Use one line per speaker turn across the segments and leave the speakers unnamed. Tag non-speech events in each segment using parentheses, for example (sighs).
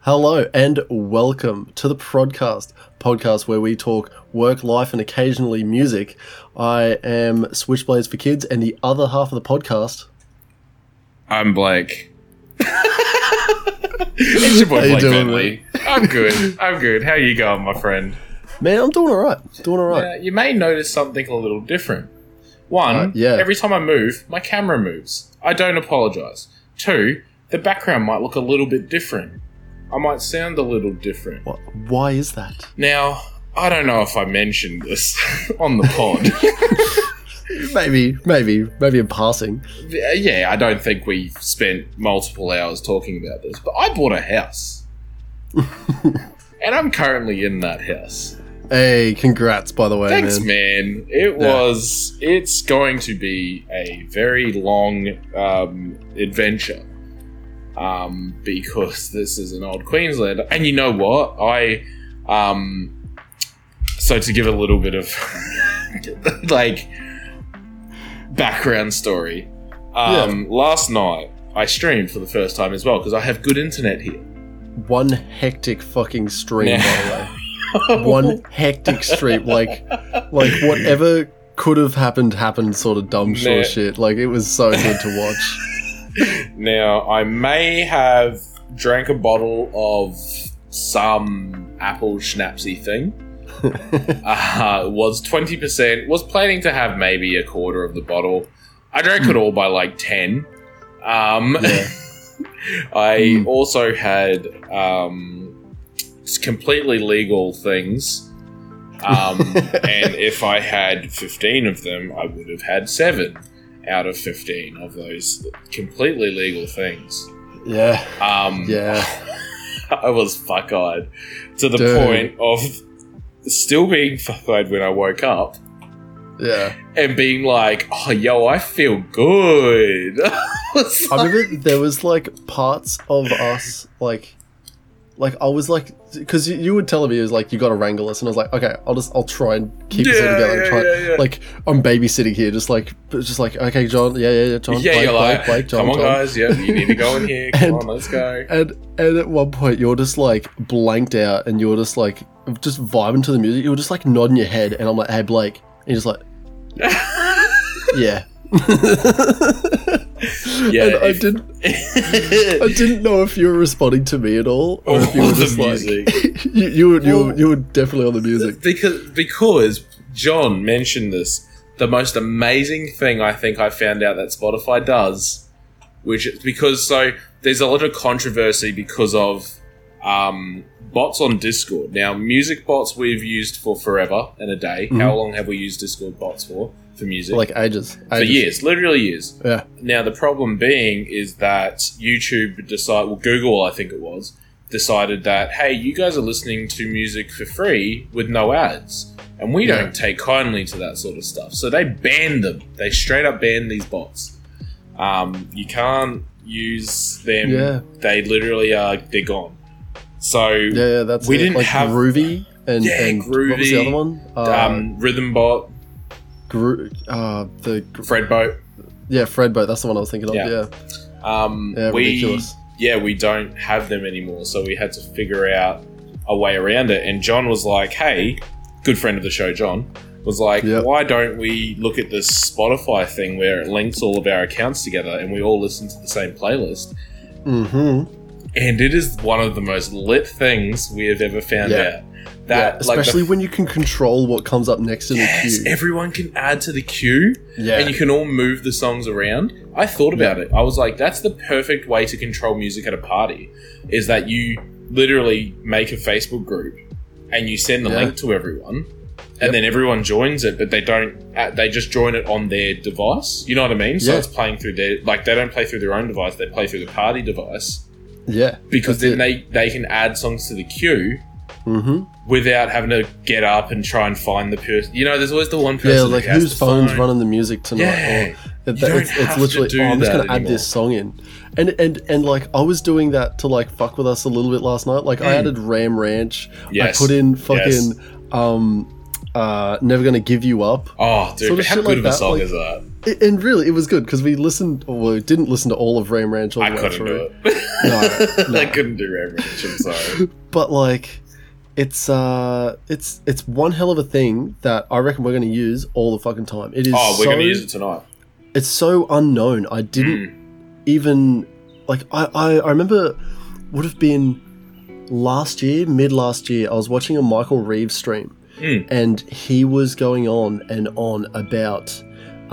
Hello and welcome to the podcast, podcast where we talk work, life, and occasionally music. I am Switchblades for Kids, and the other half of the podcast. (laughs)
I'm Blake. it's your boy
How you
Blake
doing,
Bentley. I'm good. I'm good. How you going, my friend?
Man, I'm doing all right. Doing all right.
Uh, you may notice something a little different. One,
Uh, yeah.
every time I move, my camera moves. I don't apologize. Two, the background might look a little bit different. I might sound a little different.
Wh- Why is that?
Now, I don't know if I mentioned this (laughs) on the pod.
Maybe, maybe, maybe in passing.
Uh, yeah, I don't think we spent multiple hours talking about this, but I bought a house. and I'm currently in that house.
Hey, congrats, by the way,
Thanks,
man.
man. It
Yeah.
was. It's going to be a very long um, adventure. Um, because this is an old Queenslander, and you know what? I, um, so to give a little bit of (laughs) like background story. Um, last night I streamed for the first time as well because I have good internet here.
One hectic fucking stream,
Yeah.
by the way. one hectic stream like like whatever could have happened happened sort of dumb short
Nah.
shit like it was so good to watch
Now, I may have drank a bottle of some apple schnapsy thing. uh, was 20%, was planning to have maybe a quarter of the bottle. I drank it all by like 10. Um,
yeah
(laughs) I
Mm.
also had um, s- completely legal things. Um, and if I had 15 of them, I would have had seven out of 15 of those completely legal things.
yeah
Um,
yeah
(laughs) I was fuck eyed to the
Dude.
point of still being fuck eyed when I woke up
yeah
and being like, oh, yo, I feel good. (laughs) I was
i
like-
remember there was like parts of us like like i was like because you, you were telling me it was like you got to wrangle us and i was like okay i'll just i'll try and keep this all together and try
yeah, yeah, yeah.
like i'm babysitting here just like just like okay john yeah yeah yeah john
yeah,
Blake,
you're
Blake,
like,
Blake, john,
come on,
John."
guys. Yeah, you need to go in here.
(laughs)
Come
And-
on, let's go.
And and at one point you're just like blanked out and you're just like just vibing to the music. You're just like nodding your head and I'm like, hey Blake. And you're just like, yeah. (laughs)
Yeah,
and I
if-
didn't (laughs) I didn't know if you were responding to me at all or if you
Or
were
the
just like (laughs)
music.
you you were, you, were,
Well-
you were definitely on the music.
because because John mentioned this, the most amazing thing I think I found out that Spotify does, which is because so there's a lot of controversy because of um, bots on Discord. Now, music bots we've used for forever and a day. How long have we used Discord bots for for music?
Like ages.
for
ages.
years, literally years.
Yeah.
Now the problem being is that YouTube decide, well, Google, I think it was, decided that hey, you guys are listening to music for free with no ads, and we
Yeah.
don't take kindly to that sort of stuff. So they banned them. They straight up banned these bots. Um, you can't use them.
Yeah.
They literally are. They're gone. So
Yeah, yeah, that's
We
it.
didn't
like
have-
Groovy and,
Yeah,
and what was the
Groovy,
other one? Uh,
um, Rhythm Bot,
Gro- uh the gr-
Fredboat.
yeah, Fredboat, that's the one I was thinking of.
Yeah.
Yeah.
Um,
Yeah,
we-
ridiculous.
yeah, we don't have them anymore. So we had to figure out a way around it. And John was like, hey, good friend of the show, John, was like,
Yep.
why don't we look at this Spotify thing where it links all of our accounts together and we all listen to the same playlist?
Mm-hmm.
And it is one of the most lit things we have ever found
Yeah.
out.
yeah,
That, like,
especially
the-
when you can control what comes up next in
Yes,
the queue.
everyone can add to the queue
Yeah,
and you can all move the songs around. I thought about it. I was like, that's the perfect way to control music at a party is that you literally make a Facebook group and you send the
Yeah.
link to everyone.
Yep.
And then everyone joins it, but they don't. uh, They just join it on their device. You know what I mean? So
Yeah.
it's playing through their like they don't play through their own device. They play through the party device
yeah,
because
That's
then they they can add songs to the queue
mm-hmm.
without having to get up and try and find the person. You know, there's always the one person.
yeah. Like
who has
whose
the
phone's
phone.
running the music tonight?
Yeah.
Or, it,
don't
it's, it's
have to
literally.
do
oh, I'm just
that
gonna add this song in, and and and like I was doing that to like fuck with us a little bit last night. Like I
Mm.
added Ram Ranch.
Yes.
I put in fucking um, uh, never gonna give you up.
Oh, dude,
Sort of
but how
shit
Oh, good
like
of a
that,
song
like-
is that?
I- and really, it was good because we listened, or we didn't listen to all of Ram Ranch all the
I
way
couldn't
through.
do it.
No,
(laughs)
no.
I couldn't do Ram Ranch. I'm
(laughs)
sorry.
but like it's uh it's it's one hell of a thing that I reckon we're gonna use all the fucking time. It is
Oh, we're
so,
going to use it tonight.
it's so unknown. I didn't
Hmm.
even like I, I I remember would have been last year, mid last year, I was watching a Michael Reeves stream
Mm.
and he was going on and on about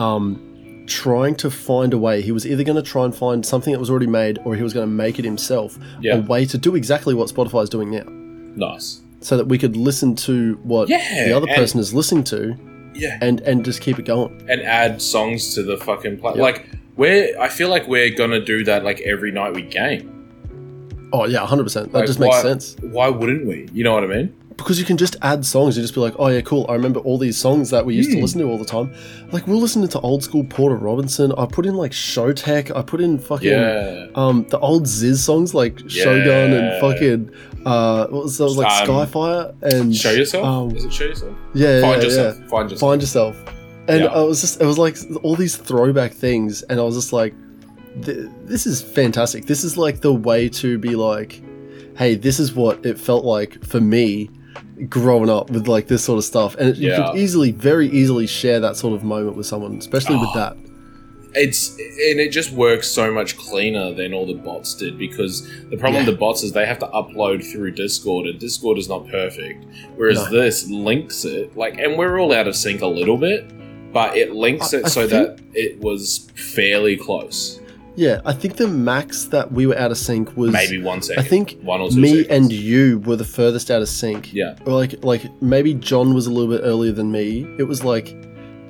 um trying to find a way. He was either gonna try and find something that was already made or he was gonna make it himself. A
Yeah,
way to do exactly what Spotify is doing now
nice.
so that we could listen to what
Yeah,
the other
and-
person is listening to
Yeah,
and and just keep it going.
and add songs to the fucking play.
Yeah.
Like we're, I feel like we're going to do that like every night we game.
Oh yeah, hundred percent. That
Like,
just makes
why-
sense
Why wouldn't we? You know what I mean?
because you can just add songs. You just be like, oh yeah, cool. I remember all these songs that we used to
Hmm.
listen to all the time. Like we're listening to old school Porter Robinson. I put in like Showtech. I put in fucking
Yeah.
um the old Ziz songs like Shogun and
Yeah.
fucking uh what was that like
Um,
Skyfire and
Show yourself.
Um,
Is it show yourself?
yeah,
Find
yeah, yeah.
yourself. Find yourself.
find yourself and
Yeah.
i was just it was like all these throwback things and i was just like th- this is fantastic this is like the way to be like hey this is what it felt like for me growing up with like this sort of stuff and it, you
Yeah.
could easily very easily share that sort of moment with someone especially with
Oh.
that
it's and it just works so much cleaner than all the bots did because the problem
Yeah.
with the bots is they have to upload through Discord and Discord is not perfect. Whereas
No.
this links it like and we're all out of sync a little bit, but it links
I-
it
I
so
think-
that it was fairly close.
yeah i think the max that we were out of sync was
Maybe one second.
i think
one or two
me
seconds.
and you were the furthest out of sync
Yeah.
Or like like maybe John was a little bit earlier than me. It was like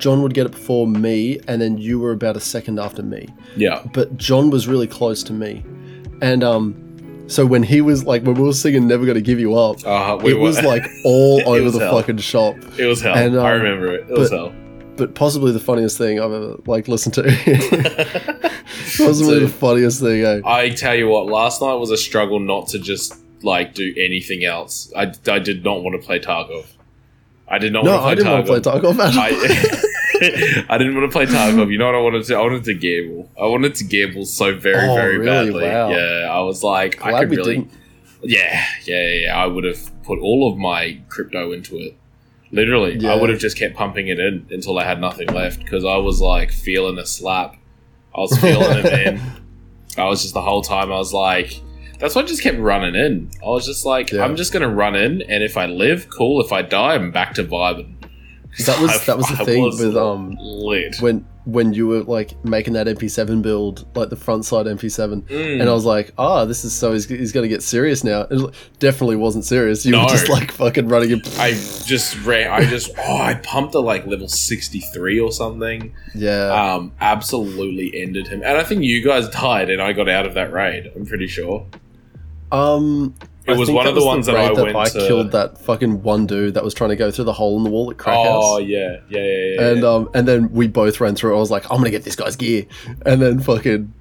John would get it before me, and then you were about a second after me.
Yeah.
But John was really close to me, and um, so when he was like when we were singing "Never Gonna Give You Up,"
Uh, we
it
were- (laughs)
was like all
It
over
was
the
hell.
fucking shop.
it was hell.
and, um,
I remember it. It was
(laughs)
hell.
But possibly the funniest thing I've ever like listened
(laughs)
to. (laughs) possibly the
Dude.
funniest thing. Eh?
I tell you what, last night was a struggle not to just like do anything else. I, I did not want to play Tarkov. I did not
No, I
want to
didn't
play
want to play
Tarkov.
Tarkov. at all.
I, (laughs) I didn't want to play Tarkov. You know what I wanted to? I wanted to gamble. I wanted to gamble so very,
Oh,
very
really?
badly.
Wow.
Yeah, I was like, I
Glad
could
we
really.
didn't.
Yeah, yeah, yeah, yeah. I would have put all of my crypto into it. Literally, I
Yeah.
would have just kept pumping it in until I had nothing left because I was like feeling a slap. I was feeling
(laughs)
it, man. I was just the whole time. I was like, that's why I just kept running in. I was just like,
Yeah.
I'm just gonna run in, and if I live, cool. If I die, I'm back to vibing.
That was that was the
(laughs) I
thing
was
with um
lit.
when when you were like making that MP7 build, like the front side MP7,
Mm.
and I was like, ah, this is so he's, he's going to get serious now. It l- definitely wasn't serious. You
No.
were just like fucking running. And,
I just ran. I just oh, I pumped to like level sixty three or something.
yeah,
Um, absolutely ended him, and I think you guys died, and I got out of that raid. I'm pretty sure
um,
Uh, it
I
was
think
one of the
was
ones that
raid
I went
I
to.
killed that fucking one dude that was trying to go through the hole in the wall at crack
oh
house.
yeah, yeah, yeah, yeah.
And
yeah.
um, and then we both ran through. I was like, I'm gonna get this guy's gear, and then fucking,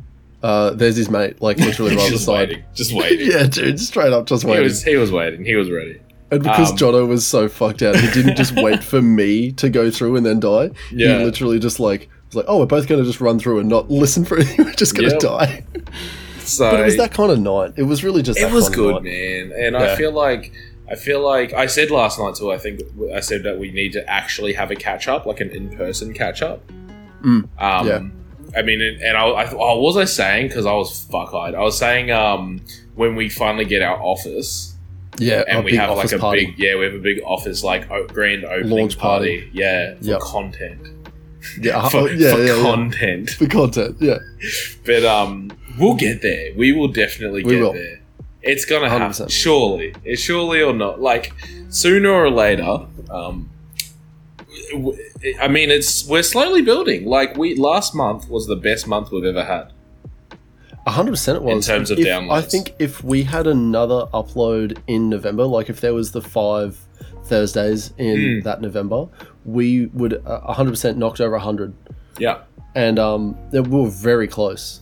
uh, there's his mate, like
(laughs)
literally right
just
beside.
waiting, just
(laughs)
waiting.
yeah, dude, straight up, just
he
waiting.
was he was waiting. He was ready.
And because
Um,
Jono was so fucked out, he didn't just wait for me to go through and then die. He
Yeah,
literally just like was like, "Oh, we're both going to just run through and not listen for anything. (laughs) We're just going to
Yep.
die."
so
But it was that kind of night. It was really just.
it
that
was
kind
good,
Of night.
man. And I
Yeah.
feel like I feel like I said last night too. I think I said that we need to actually have a catch up, like an in person catch up.
Mm,
Um,
yeah.
I mean, and, and I, I th- oh, what was I saying? Because I was fuck eyed. I was saying um, when we finally get our office
Yeah,
and
a
we
big
have like
office
a
party.
big yeah, we have a big office like o- grand opening
Launch
party.
party.
Yeah, for
Yep.
content.
yeah,
(laughs) for,
oh, yeah,
for
yeah, yeah.
content.
For content, yeah,
But um, we'll get there. We will definitely
We
get
will.
there. It's gonna happen,
100%.
surely. It surely or not, like sooner or later. Um, w- I mean, it's we're slowly building. Like we last month was the best month we've ever had.
hundred percent. It was
terms of
If-
downloads.
I think if we had another upload in November, like if there was the five Thursdays in
Mm.
that November, we would uh, hundred percent knocked over hundred,
Yeah,
and um, we were very close.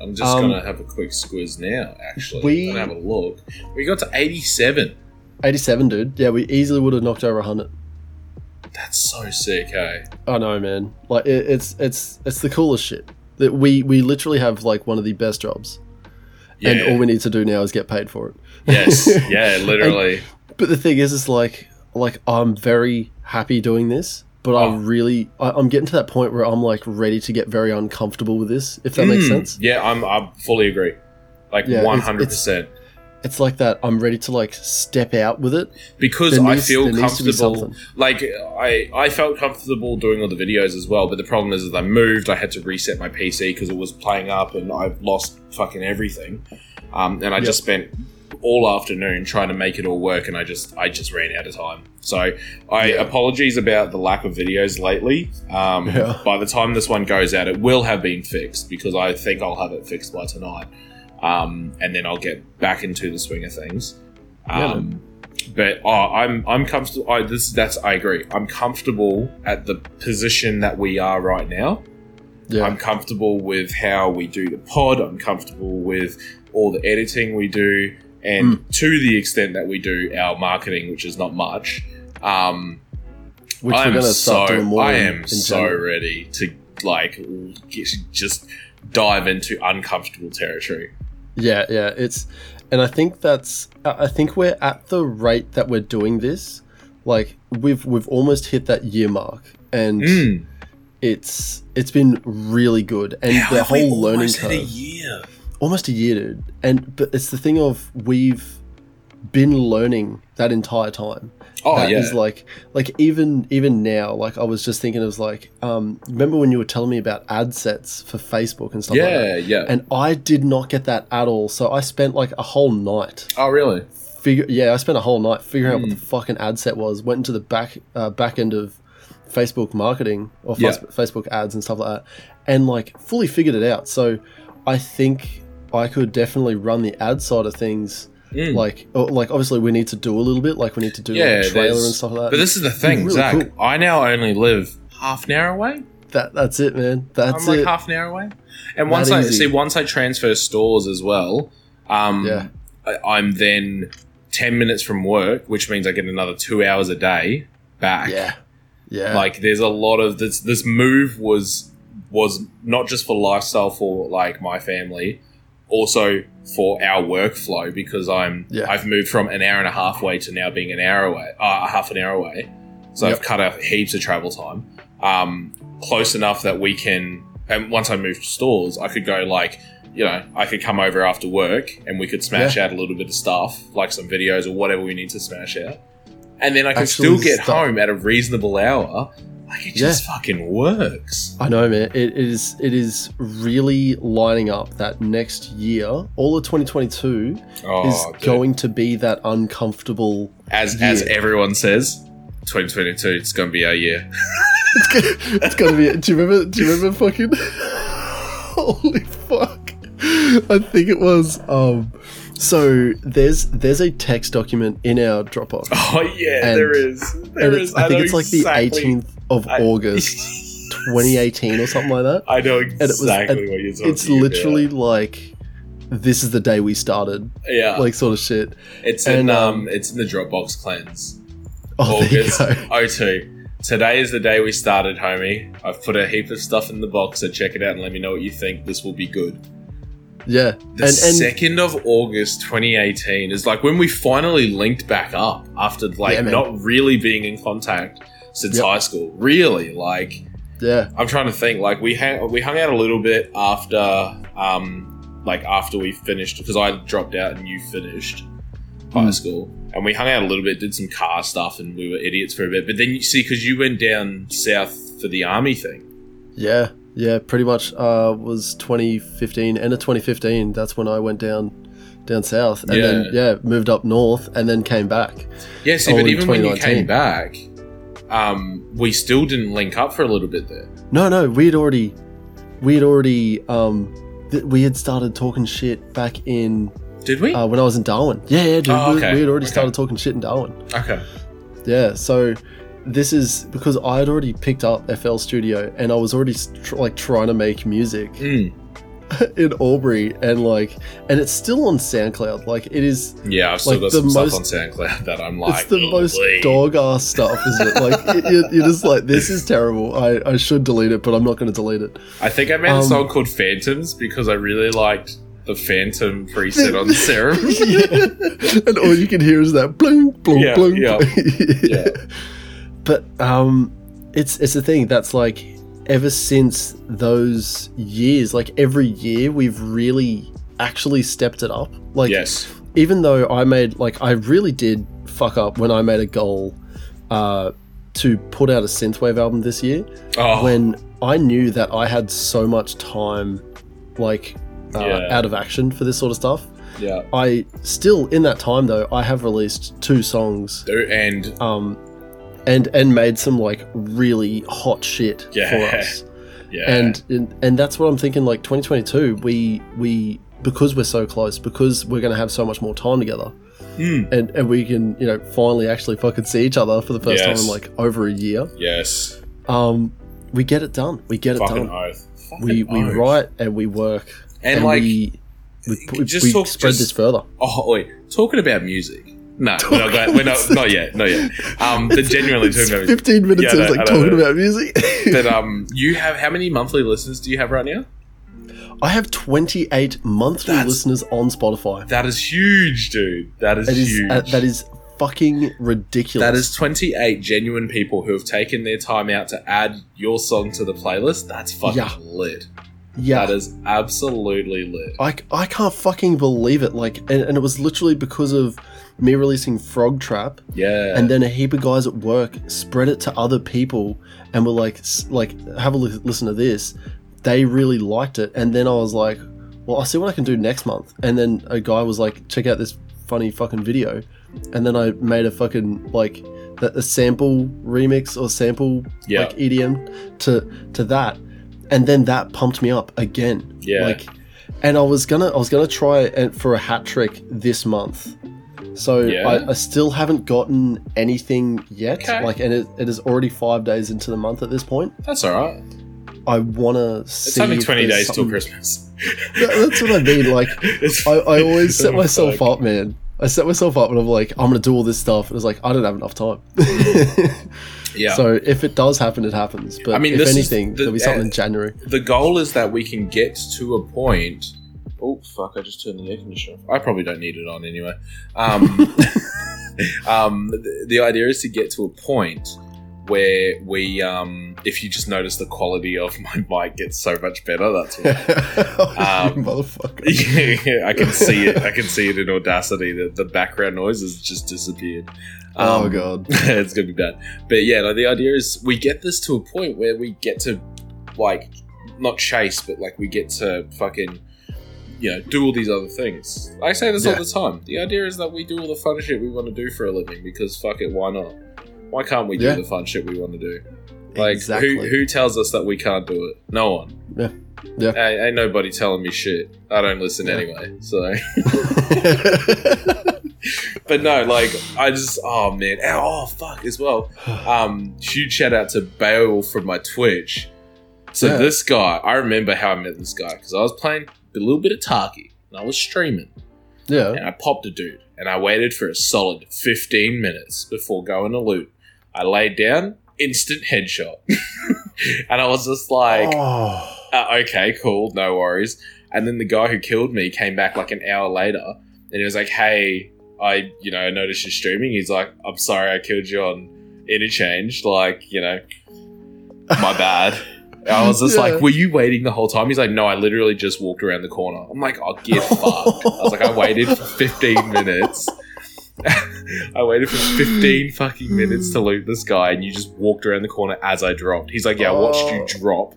I'm just
Um,
gonna have a quick squiz now. Actually,
we-
I'm gonna have a look. We got to 87.
Eighty-seven, dude. Yeah, we easily would have knocked over hundred.
That's so sick, eh? hey.
I know, man. Like it, it's it's it's the coolest shit. That we we literally have like one of the best jobs,
Yeah.
and all we need to do now is get paid for it. (laughs)
yes. Yeah. Literally.
But the thing is, it's like like I'm very happy doing this, but
Oh.
I really I, I'm getting to that point where I'm like ready to get very uncomfortable with this. If that makes
Mm,
sense,
Yeah, I'm. I fully agree. Like
Yeah, it's-
one hundred percent.
it's like that. I'm ready to like step out with it.
Because
There
I
needs-
feel
there needs to be
comfortable.
something.
Like I, I felt comfortable doing all the videos as well. But the problem is, is I moved. I had to reset my PC because it was playing up, and I've lost fucking everything. Um, and I
Yep.
just spent all afternoon trying to make it all work, and I just, I just ran out of time. So, I
Yeah.
apologies about the lack of videos lately. Um,
Yeah.
By the time this one goes out, it will have been fixed because I think I'll have it fixed by tonight. um, and then I'll get back into the swing of things.
Yeah,
Um, but oh, I'm I'm comfortable. I, this that's I agree. I'm comfortable at the position that we are right now.
Yeah,
I'm comfortable with how we do the pod. I'm comfortable with all the editing we do, and
Hmm.
to the extent that we do our marketing, which is not much. Um,
which
I
we're
am
gonna start
so,
doing more.
I
in-
am
in
so
general.
ready to like get, just dive into uncomfortable territory.
Yeah, yeah. It's, and I think that's. I I think we're at the rate that we're doing this. Like we've we've almost hit that year mark, and
Mm.
it's it's been really good. And
How
the
have we
whole learning
almost had
curve,
a year.
almost a year, dude. And but it's the thing of we've been learning that entire time.
Oh
That
yeah.
is like like even even now like i was just thinking it was like um remember when you were telling me about ad sets for facebook and stuff like that
yeah, yeah.
and i did not get that at all so i spent like a whole night
oh really?
figure yeah i spent a whole night figuring out what
Hmm.
the fucking ad set was went into the back uh, back end of facebook marketing or
Yeah.
Fac- facebook ads and stuff like that and like fully figured it out so i think i could definitely run the ad side of things
Mm.
like oh, like obviously we need to do a little bit like we need to do
Yeah,
like a trailer
there's-
and stuff like that
but this is the thing,
really
Zach. I now only live half an hour away.
that that's it man that's
I'm like
it
half an hour away. And
That
once I
easy.
see, once I transfer stores as well, um,
Yeah.
I, I'm then ten minutes from work, which means I get another two hours a day back.
yeah yeah
Like there's a lot of this this move was was not just for lifestyle for like my family, also for our workflow because I'm
Yeah.
I've moved from an hour and a half away to now being an hour away, uh, half an hour away. So I've
Yep.
cut out heaps of travel time. Um, close enough that we can and once I moved stores, I could go like you know, I could come over after work and we could smash out a little bit of stuff, like some videos or whatever we need to smash out. And then I could
Actual
still get
stuff.
home at a reasonable hour. Like it just fucking works.
I know, man. It is it is really lining up that next year, all of 2022, is
Oh, dude.
going to be that uncomfortable.
as
yeah.
as everyone says, 2022 it's gonna be our year.
it's gonna be. Do you remember? Do you remember? Fucking. (laughs) Holy fuck! I think it was. Um. So there's there's a text document in our Dropbox,
(laughs) Oh yeah,
And-
there is.
and
(laughs) There
it's,
is.
I think
know
it's like
exactly- (laughs)
the 18th of
I- (laughs)
August, 2018, or something like that.
I know
was-
exactly
and
what you're talking
It's literally like, this is the day we started,
about. yeah.
like sort of shit.
it's in
and,
um, it's in the Dropbox cleanse.
Oh,
August
there you go. (laughs)
02. Today is the day we started, homie. I've put a heap of stuff in the box, so check it out and let me know what you think. This will be good.
Yeah,
The
and and
second of August, 2018, is like when we finally linked back up after like
Yeah, man.
not really being in contact since
Yep.
high school. Really, like
yeah,
I'm trying to think. Like we hang, we hung out a little bit after, um, like after we finished because I dropped out and you finished high
Mm.
school, and we hung out a little bit, did some car stuff, and we were idiots for a bit. But then you see, because you went down south for the army thing.
yeah, yeah. Pretty much uh, was 2015, end of 2015. That's when I went down down south, and then yeah, moved up north, and then came back.
Yeah, see,
Oh,
but
in
even when you
2019.
came back, um, we still didn't link up for a little bit there.
No, no, we had already, we had already, um, th- we had started talking shit back in
Did we?
uh, when I was in Darwin. Yeah, yeah, dude.
Oh,
we-
okay,
we, had already
okay.
started talking shit in Darwin.
okay.
Yeah, so. This is because I had already picked up FL Studio and I was already s- tr- like trying to make music.
Mm.
in Albury, and like, and it's still on SoundCloud. Like, it is.
Yeah, I've still
Like,
got
the
some
most-
stuff on SoundCloud (laughs) that I'm like,
it's the most
"Ooh-wee."
dog ass stuff, isn't it? Like, it, it, you're just like, this is terrible. I, I should delete it, but I'm not going to delete it. (laughs)
I think I made
Um,
a song called Phantoms because I really liked the Phantom preset
(laughs)
on Serum.
Yeah. And all you can hear is that bling, bling,
Yeah,
bling. (laughs)
yeah. Yeah.
But um, it's it's the thing that's like ever since those years, like every year, we've really actually stepped it up. Like
yes.
even though I made like I really did fuck up when I made a goal uh, to put out a synthwave album this year
Oh,
when I knew that I had so much time like uh,
Yeah.
out of action for this sort of stuff.
yeah.
I still in that time though I have released two songs
Do- And
um and and made some like really hot shit for
Yeah.
us.
(laughs) yeah,
And, and and that's what I'm thinking like 2022 we we because we're so close because we're going to have so much more time together
Hmm.
and and we can you know finally actually fucking see each other for the first time
Yes.
in like over a year.
yes,
Um we get it done. We get it done.
fucking oath. Fucking
We we
oath.
write and we work
and, like
we we, we,
just
we
talk-
spread
just-
this
(laughs)
further.
oh wait, talking about music. No, we're not, going, we're not not yet, not
(laughs)
yet. Um, but genuinely
It's
talking about music.
15 minutes
Yeah,
of like
I know, I know, I
talking
know.
about music. (laughs)
But um, you have how many monthly listeners do you have right now?
I have 28 monthly
That's-
listeners on Spotify.
That is huge, dude. That is,
It is
huge.
uh, that is fucking ridiculous.
That is 28 genuine people who have taken their time out to add your song to the playlist. That's fucking
Yeah.
lit.
yeah.
That is absolutely lit.
I, I can't fucking believe it. Like, and, and it was literally because of me releasing Frog Trap,
Yeah.
and then a heap of guys at work spread it to other people, and were like, s- like, have a look, listen to this. They really liked it, and then I was like, well, I'll see what I can do next month. And then a guy was like, check out this funny fucking video, and then I made a fucking like that a sample remix or sample
yeah.
like EDM to to that, and then that pumped me up again.
yeah.
Like, and I was gonna I was gonna try and for a hat trick this month. So
Yeah.
I, I still haven't gotten anything yet.
Okay.
Like, and it, it is already five days into the month at this point.
That's all right.
I wanna see.
It's only
if
20
there's
days till
something-
Christmas. (laughs)
That- that's what I mean. Like,
It's-
I,
(laughs)
I always set
Oh,
myself
fuck.
up, man. I set myself up, and I'm like, I'm gonna do all this stuff. And it's like, I don't have enough time.
Yeah.
(laughs) So if it does happen, it happens. But
I mean,
if
this is
anything,
the-
there'll be something in
uh,
January. (laughs)
the goal is that we can get to a point. Oh fuck! I just turned the air conditioner. off. I probably don't need it on anyway. Um, um, the, the idea is to get to a point where we, um, if you just notice the quality of my (laughs) mic gets so much better.
(laughs)
That's why.
Oh, you
um,
motherfucker.
(laughs) Yeah, (laughs) I can see it. I can see it in Audacity. that the background noise has just disappeared.
oh
Um,
god.
(laughs) it's gonna be bad. But yeah, like the idea is we get this to a point where we get to like not chase, but like we get to fucking you know do all these other things. I say this
Yeah.
all the time. The idea is that we do all the fun shit we want to do for a living because fuck it, why not? Why can't we do
Yeah.
the fun shit we want to do? Like
exactly.
who who tells us that we can't do it? No one.
Yeah. Yeah.
Ain't, ain't nobody telling me shit. I don't listen
Yeah.
anyway. So. But no, like I just oh man, and- oh fuck as well. Um, huge shout out to Bale from my Twitch. So
Yeah.
this guy, I remember how I met this guy because I was playing a little bit of Taki and I was streaming
yeah.
and I popped a dude and I waited for a solid fifteen minutes before going to loot. I laid down, instant headshot, (laughs) and I was just like,
oh.
uh, okay, cool, no worries. And then the guy who killed me came back like an hour later, and he was like, "Hey, I, you know, noticed you're streaming." He's like, "I'm sorry, I killed you on interchange. Like, you know,
(laughs)
my bad." And I was just
Yeah.
like, "Were you waiting the whole time?" He's like, "No, I literally just walked around the corner." I'm like, "Oh,
(laughs)
get fucked." I was like, "I waited for 15 minutes." (laughs) I waited for 15 fucking minutes to loot this guy, and you just walked around the corner as I dropped. He's like, Yeah, I watched you
Oh.
drop,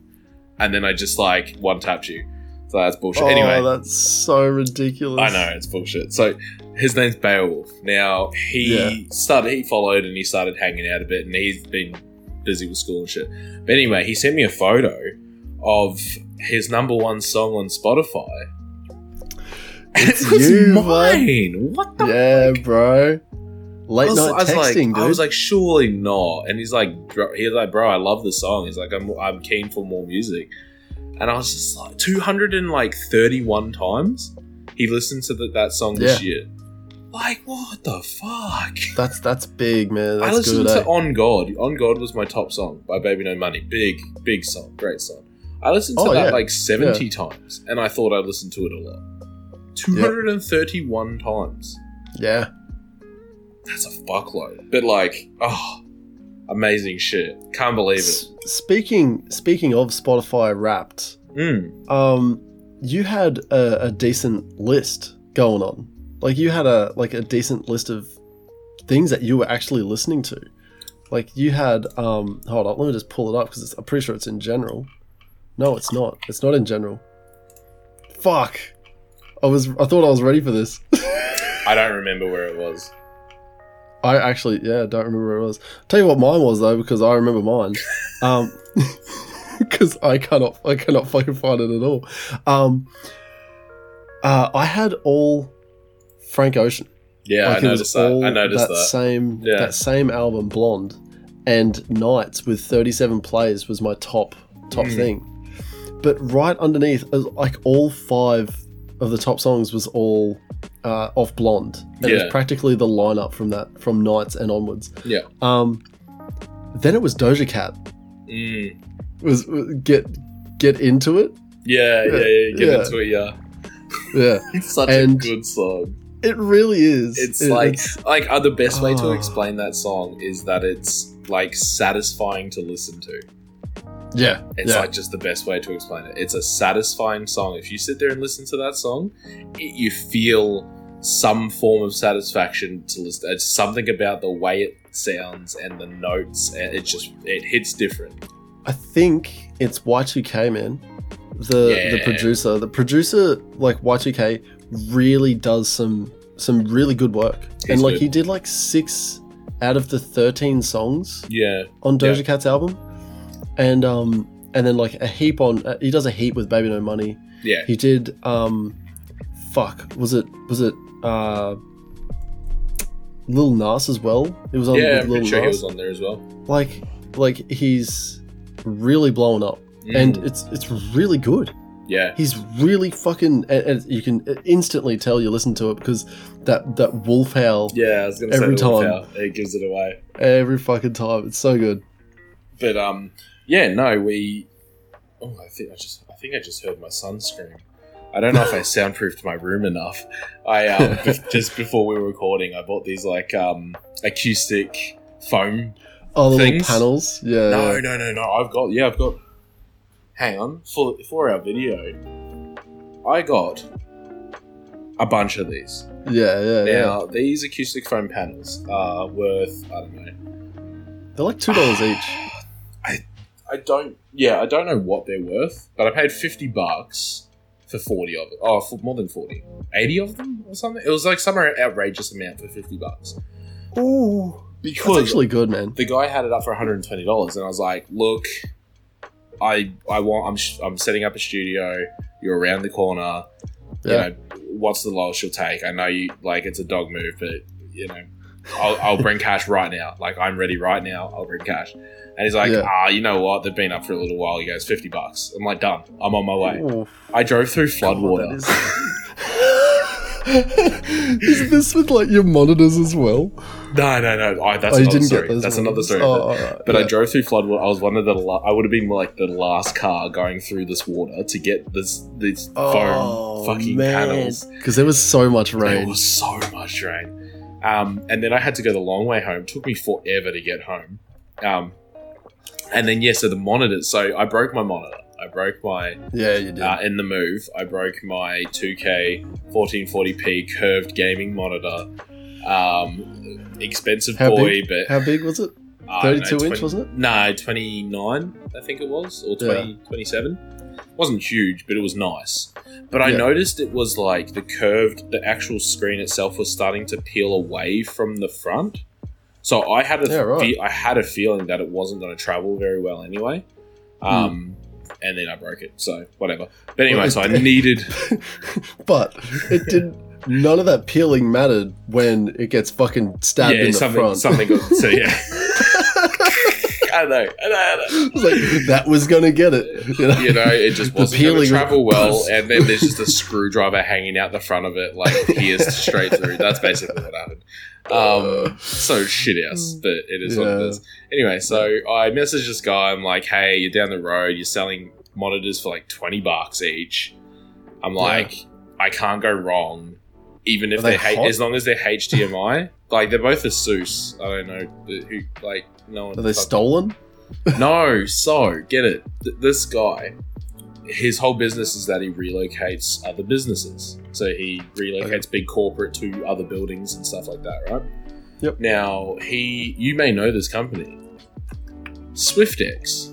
and then I just like one tapped you. So that's
(laughs)
bullshit.
Oh,
anyway,
that's so ridiculous.
I know it's bullshit. So his name's Beowulf. Now he
Yeah.
started, he followed, and he started hanging out a bit, and he's been busy with school and shit. But anyway, he sent me a photo of his number one song on Spotify.
It's
it was
you, bud.
mine. What the
Yeah, bro. Late
I was,
night
I was
texting,
like,
dude.
I was like, surely not. And he's like, bro, he's like, bro, I love the song. He's like, I'm, I'm keen for more music. and I was just like 231 times he listened to the, that song this year. Like what the fuck?
That's that's big, man.
I
That's
listened
good.
to
eh?
On God. On God was my top song by Baby No Money. Big, big song, great song. I listened to
Oh,
that
yeah.
like 70 times and I thought I listened to it a lot. 231 times.
Yeah.
That's a fuckload. But like, oh, amazing shit. Can't believe it.
S- speaking speaking of Spotify Wrapped,
Mm.
um, you had a, a decent list going on. Like you had a like a decent list of things that you were actually listening to. Like you had um, hold on, let me just pull it up because I'm pretty sure it's in general. No, it's not. It's not in general. Fuck. I was I thought I was ready for this.
I don't remember where it was.
I actually, yeah, I don't remember what it was. Tell you what mine was though, because I remember mine. Um, (laughs) because I cannot, I cannot fucking find it at all. Um, uh, I had all Frank Ocean.
Yeah,
Like,
I noticed that. I noticed
that,
that.
same
Yeah.
that same album, Blonde, and Nights with thirty seven plays was my top top
Mm.
thing. But right underneath, uh, like all five of the top songs was all uh, off Blonde. And It
Yeah.
was practically the lineup from that from Nights and onwards.
Yeah.
Um, then it was Doja Cat.
Mm.
Was was- get get into it.
Yeah, yeah,
Yeah,
yeah. Get
yeah.
into it, yeah.
Yeah,
It's such a
And-
good song.
it really is.
it's
It-
like like uh, the best way to
Ah.
explain that song is that it's like satisfying to listen to.
yeah,
It's
Yeah.
like just the best way to explain it. It's a satisfying song. If you sit there and listen to that song, it, you feel some form of satisfaction to listen. It's something about the way it sounds and the notes. And it just it hits different.
I think it's Y2K, man. The the
Yeah.
producer, the producer like Y2K really does some some really good work.
He's
and like
good.
he did like 6 out of the 13 songs
Yeah,
on Doja
Yeah.
Cat's album. And um and then like a heap on uh, he does a heap with Baby No Money.
yeah.
He did um fuck, was it was it uh Lil Nas as well? It was on
Yeah,
with
I'm pretty
Lil
sure he
Nas.
was on there as well.
like like he's really blown up
Mm,
and it's it's really good.
yeah,
He's really fucking, and, and you can instantly tell you listen to it because that that wolf howl
yeah. I was gonna
Every
say the wolf
time.
howl. it gives it away.
every fucking time. It's so good.
But um, yeah, no, we. Oh, I think I just I think I just heard my son scream. I don't know if I soundproofed my room enough. I um, bef- just before we were recording, I bought these like um acoustic foam.
Oh, the
Things?
little panels. Yeah.
No, no, no, no. I've got yeah, I've got. Hang on for for our video. I got a bunch of these.
Yeah, Uh, yeah, yeah.
Now these acoustic foam panels are worth I don't know
They're like two dollars each.
I don't. Yeah, I don't know what they're worth, but I paid fifty bucks for forty of it. Oh, for more than 40. 80 of them or something. It was like some outrageous amount for fifty bucks
Ooh, that's
because
actually good, man.
the guy had it up for one hundred and twenty dollars, and I was like, "Look, I I want. I'm sh- I'm setting up a studio. You're around the corner.
Yeah.
You know, what's the lowest you'll take? I know you like it's a dog move, but you know, I'll, I'll bring cash right now. Like I'm ready right now. I'll bring cash. And he's like,
Yeah.
ah, you know what? They've been up for a little while. He goes, fifty bucks. I'm like, done. I'm on my way.
Ooh,
I drove through
God,
floodwater. (laughs)
that Is Is this with like your monitors as well?
no, no, no. I, that's
oh, you
another
didn't
story.
get those.
That's another
monitors.
story.
Oh,
But-
alright,
But I
yeah.
drove through floodwater. I was one of the. La- I would have been like the last car going through this water to get this these
Oh,
foam fucking
man.
panels.
because there was so much
There
rain.
was so much rain, um, and then I had to go the long way home. took me forever to get home, um, and then yeah. So the monitors. So I broke my monitor. I broke my
Yeah, you did.
uh, in the move. I broke my 2K 1440p curved gaming monitor. Um, expensive
How
boy, but
How big was it?
I don't know,
32 inch,
20
wasn't it?
No, 29, I think it was, or 20, 27. wasn't huge, but it was nice. But I
Yeah.
noticed it was like the curved, the actual screen itself was starting to peel away from the front. So I had a
Yeah, right.
fe- I had a feeling that it wasn't going to travel very well anyway.
Hmm.
Um, And then I broke it, so whatever. But anyway,
Well,
so I
it- (laughs)
needed.
But it didn't. None of that peeling mattered when it gets fucking stabbed
yeah,
in the
something,
(laughs) front.
something. Got, so yeah, I know, I know, I know.
I was like, that was gonna get it. You know? (laughs)
You know, it just
The
wasn't going to
peeling-
travel well, and then there's just a screwdriver hanging out the front of it, like
(laughs)
pierced straight through. That's basically what happened. Um, so shit ass, but it is what it
Yeah.
is. Anyway, so I messaged this guy. I'm like, hey, you're down the road. You're selling monitors for like twenty bucks each. I'm like, I can't go wrong, even if
Are
they,
they
hate,
hot?
as long as they're HDMI. like they're both Asus. I don't know who. Like no one.
Are they
fucking-
stolen?
no, so get it. Th- this guy, his whole business is that he relocates other businesses. So he relocates
Okay.
big corporate to other buildings and stuff like that, right?
Yep.
Now he, you may know this company, SwiftX.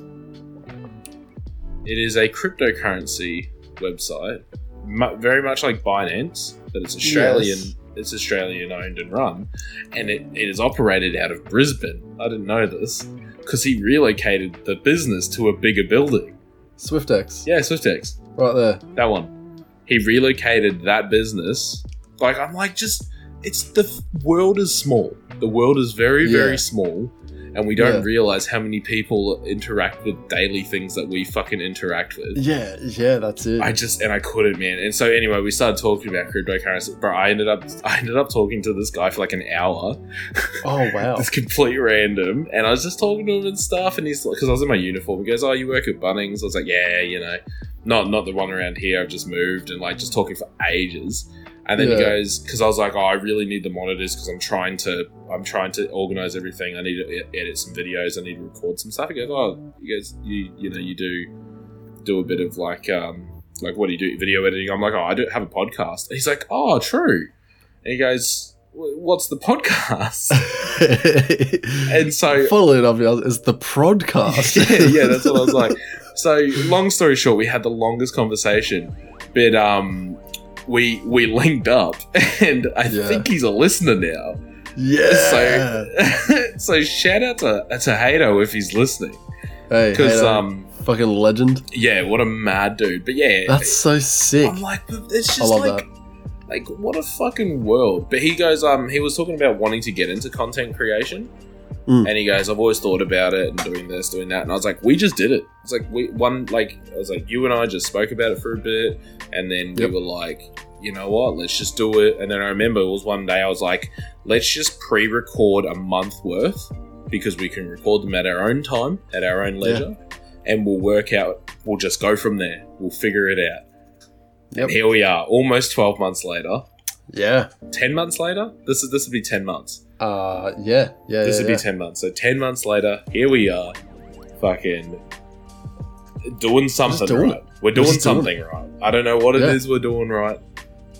It is a cryptocurrency website, mu- very much like Binance, but it's Australian.
Yes.
It's Australian owned and run, and it, it is operated out of Brisbane. I didn't know this because he relocated the business to a bigger building.
SwiftX.
Yeah, SwiftX,
Right there.
that one. He relocated that business. Like I'm like, just it's the f- world is small. The world is very,
Yeah.
very small, and we don't
Yeah.
realize how many people interact with daily things that we fucking interact with.
Yeah, yeah, that's it.
I just and I couldn't, man. And so anyway, we started talking about cryptocurrency. But I ended up, I ended up talking to this guy for like an hour.
(laughs) oh wow. (laughs)
It's complete random. And I was just talking to him and stuff, and he's like, because I was in my uniform. He goes, "Oh, you work at Bunnings?" I was like, "Yeah, you know, not not the one around here. I've just moved," and like just talking for ages. And then he
Yeah.
goes, "Because I was like, oh, I really need the monitors because I'm trying to, I'm trying to organize everything. I need to e- edit some videos. I need to record some stuff." He goes, "Oh, he goes, you you know, you do do a bit of like um." Like, what do you do? Video editing? I'm like, oh, I don't have a podcast. And he's like, oh, true. And he goes, "Wh- what's the podcast? (laughs) And so-
funnily enough, it's the podcast.
yeah, (laughs) yeah, that's what I was like. So, long story short, we had the longest conversation, but um, we we linked up, (laughs) and I
Yeah.
think he's a listener now. (laughs)
(laughs) Yeah.
So, so shout out to to Hato if he's listening,
hey,
because
hey,
um,
fucking legend.
yeah, what a mad dude. But yeah, Oh
That's so sick.
I'm like, but it's
I
just
love
like. Like what a fucking world! But he goes, um, he was talking about wanting to get into content creation,
Mm.
and he goes, I've always thought about it and doing this, doing that, and I was like, we just did it. It's like we one like I was like, you and I just spoke about it for a bit, and then
Yep.
we were like, you know what, let's just do it. And then I remember it was one day I was like, let's just pre-record a month worth because we can record them at our own time, at our own leisure, and we'll work out. We'll just go from there. We'll figure it out.
Yep.
And here we are, almost twelve months later.
Yeah.
Ten months later. This is this would be ten months.
Uh, yeah. Yeah.
this
yeah,
would
yeah.
be ten months. So ten months later, here we are, fucking doing something
doing
right. We're doing
just doing
something right. I don't know what it
Yeah.
is we're doing right.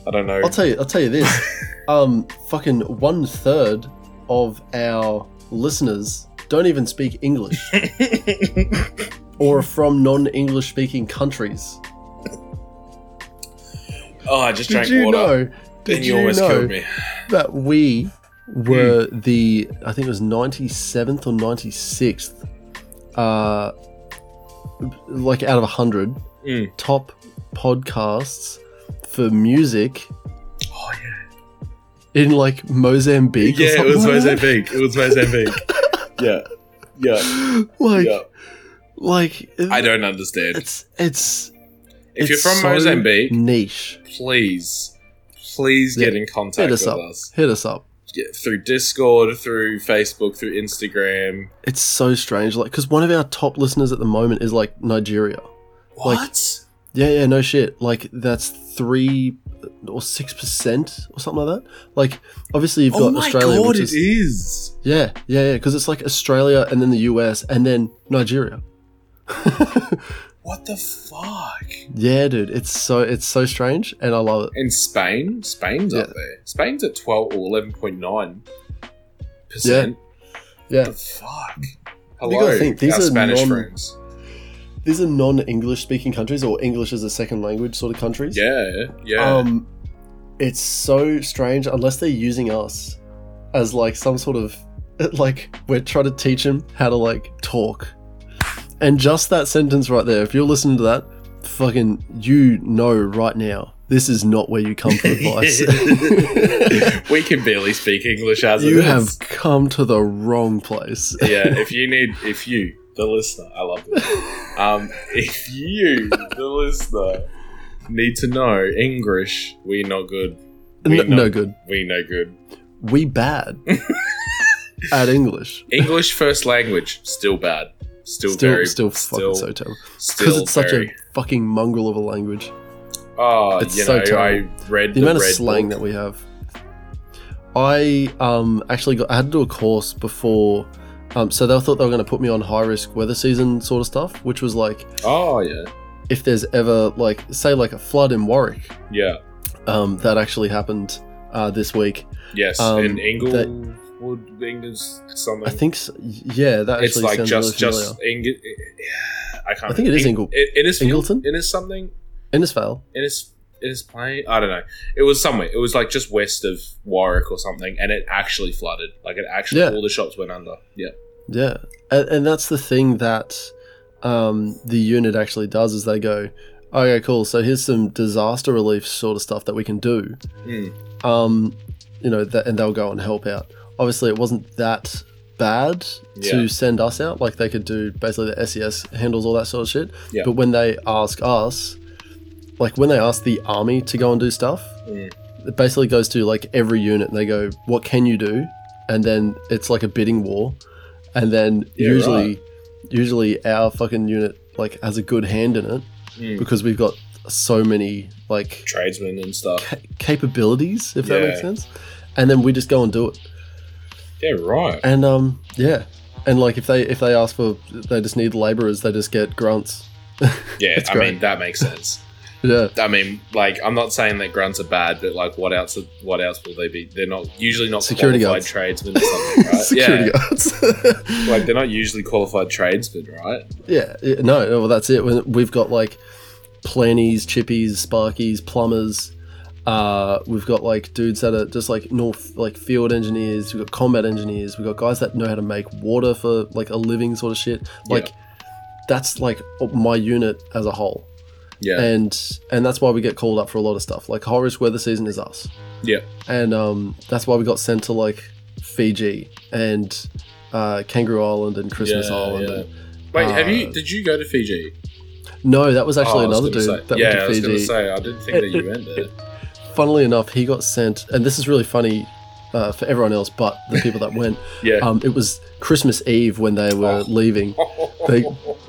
I don't know.
I'll tell you. I'll tell you this.
(laughs)
um, fucking one third of our listeners don't even speak
(laughs)
English or are from non-English speaking countries.
oh, I just
Did
drank
you
water.
know?
and
Did
you,
you,
almost
know
killed me.
that we were
Hmm.
the I think it was ninety seventh or ninety sixth, uh, like out of hundred
Mm.
top podcasts for music
Oh yeah.
in like Mozambique. or
Yeah, it
something
was
like that.
Mozambique. It
(laughs)
was Mozambique. yeah. Yeah.
Like,
yeah.
like
I don't understand.
It's it's it's
If you're from
so
Mozambique,
niche.
please, please get in contact
Hit
with
us up.
us.
Hit us up.
Get- through Discord, through Facebook, through Instagram.
It's so strange, like because one of our top listeners at the moment is like Nigeria. Like-
What?
Yeah, yeah, no shit. Like that's three or six percent or something like that. Like obviously you've
oh
got
my
Australia,
god,
which
it
is,
is.
yeah, yeah, yeah, because it's like Australia and then the US and then Nigeria. (laughs)
What the fuck?
Yeah, dude, it's so it's so strange, and I love it.
And Spain? Spain's up there. Spain's at 12 or 11.9%.
Yeah,
What the fuck?
You
Hello,
gotta think, these
our
are
Spanish
non-
friends.
these are non-English speaking countries or English as a second language sort of countries.
Yeah, yeah. (laughs)
Um, it's so strange unless they're using us as like some sort of (laughs) like we're trying to teach them how to like talk. And just that sentence right there, if you're listening to that, fucking you know right now this is not where you
(laughs)
come for advice. (laughs)
we can barely speak English as it
you
is.
have come to the wrong
(laughs)
place.
yeah, if you need, if you, the listener, I love it. Um, if you, the listener, need to know English, we not good. We
N-
know-
(laughs) no good.
We no good.
We
(laughs)
bad at English.
English first language, still bad. Still,
Still,
very,
still
still,
fucking so terrible.
still
Because it's such
very,
a fucking mongrel of a language.
Oh,
it's
you
so
know,
terrible.
I read
the, amount of
red
slang
book.
that we have. I um, actually got I had to do a course before, um, so they thought they were going to put me on high risk weather season sort of stuff, which was like
Oh yeah,
if there's ever like say like a flood in Warwick
yeah,
um, that actually happened uh, this week.
yes.
Um,
In
that-
Englewood, English, something.
I think s yeah, that actually
it's like
sounds
just
really
just
familiar.
Eng- I can't.
I think it is Ingle-
It, it is
Ingleton?
It is something.
Innisfail.
It is it is plain. I don't know. It was somewhere. It was like just west of Warwick or something, and it actually flooded. Like it actually
Yeah.
all the shops went under. Yeah.
Yeah, and, and that's the thing that um, the unit actually does is they go, okay, cool. So here's some disaster relief sort of stuff that we can do.
Mm.
Um, you know, that, and they'll go and help out. Obviously, it wasn't that bad
Yeah.
to send us out. Like they could do basically the SES handles all that sort of shit.
Yeah.
But when they ask us, like when they ask the army to go and do stuff,
Mm.
it basically goes to like every unit and they go, what can you do? And then it's like a bidding war. And then
Yeah,
usually, usually our fucking unit like has a good hand in it
Mm.
because we've got so many like
Tradesmen and stuff.
ca- capabilities, if that
Yeah.
makes sense. And then we just go and do it.
Yeah, right.
And um, yeah. And like if they if they ask for they just need laborers, they just get grunts.
Yeah,
It's
I
great.
mean that makes sense.
Yeah.
I mean, like I'm not saying that grunts are bad, but like what else? What else will they be? They're not usually not
Security
qualified
guards.
tradesmen
(laughs)
or something, right?
Security
yeah.
guards.
(laughs) Like they're not usually qualified tradesmen, right?
yeah, yeah, no, no, well that's it. When- We've got like plannies, chippies, sparkies, plumbers. Uh, we've got like dudes that are just like north, like field engineers. We've got combat engineers. We've got guys that know how to make water for like a living sort of shit.
Yeah.
Like that's like my unit as a whole.
Yeah.
and and that's why we get called up for a lot of stuff. Like high risk weather season is us.
Yeah.
and um, that's why we got sent to like Fiji and uh, Kangaroo Island and Christmas
Yeah,
Island.
yeah.
and-
Wait, have you?
uh,
Did you go to Fiji?
no, that was actually
Oh, I was
another dude
gonna say-
that
yeah, I was
went to
gonna
Fiji.
say I didn't think that you went there.
Funnily enough, he got sent, and this is really funny. Uh, for everyone else but the people that
(laughs)
went
Yeah.
um, it was christmas eve when they were
Oh.
leaving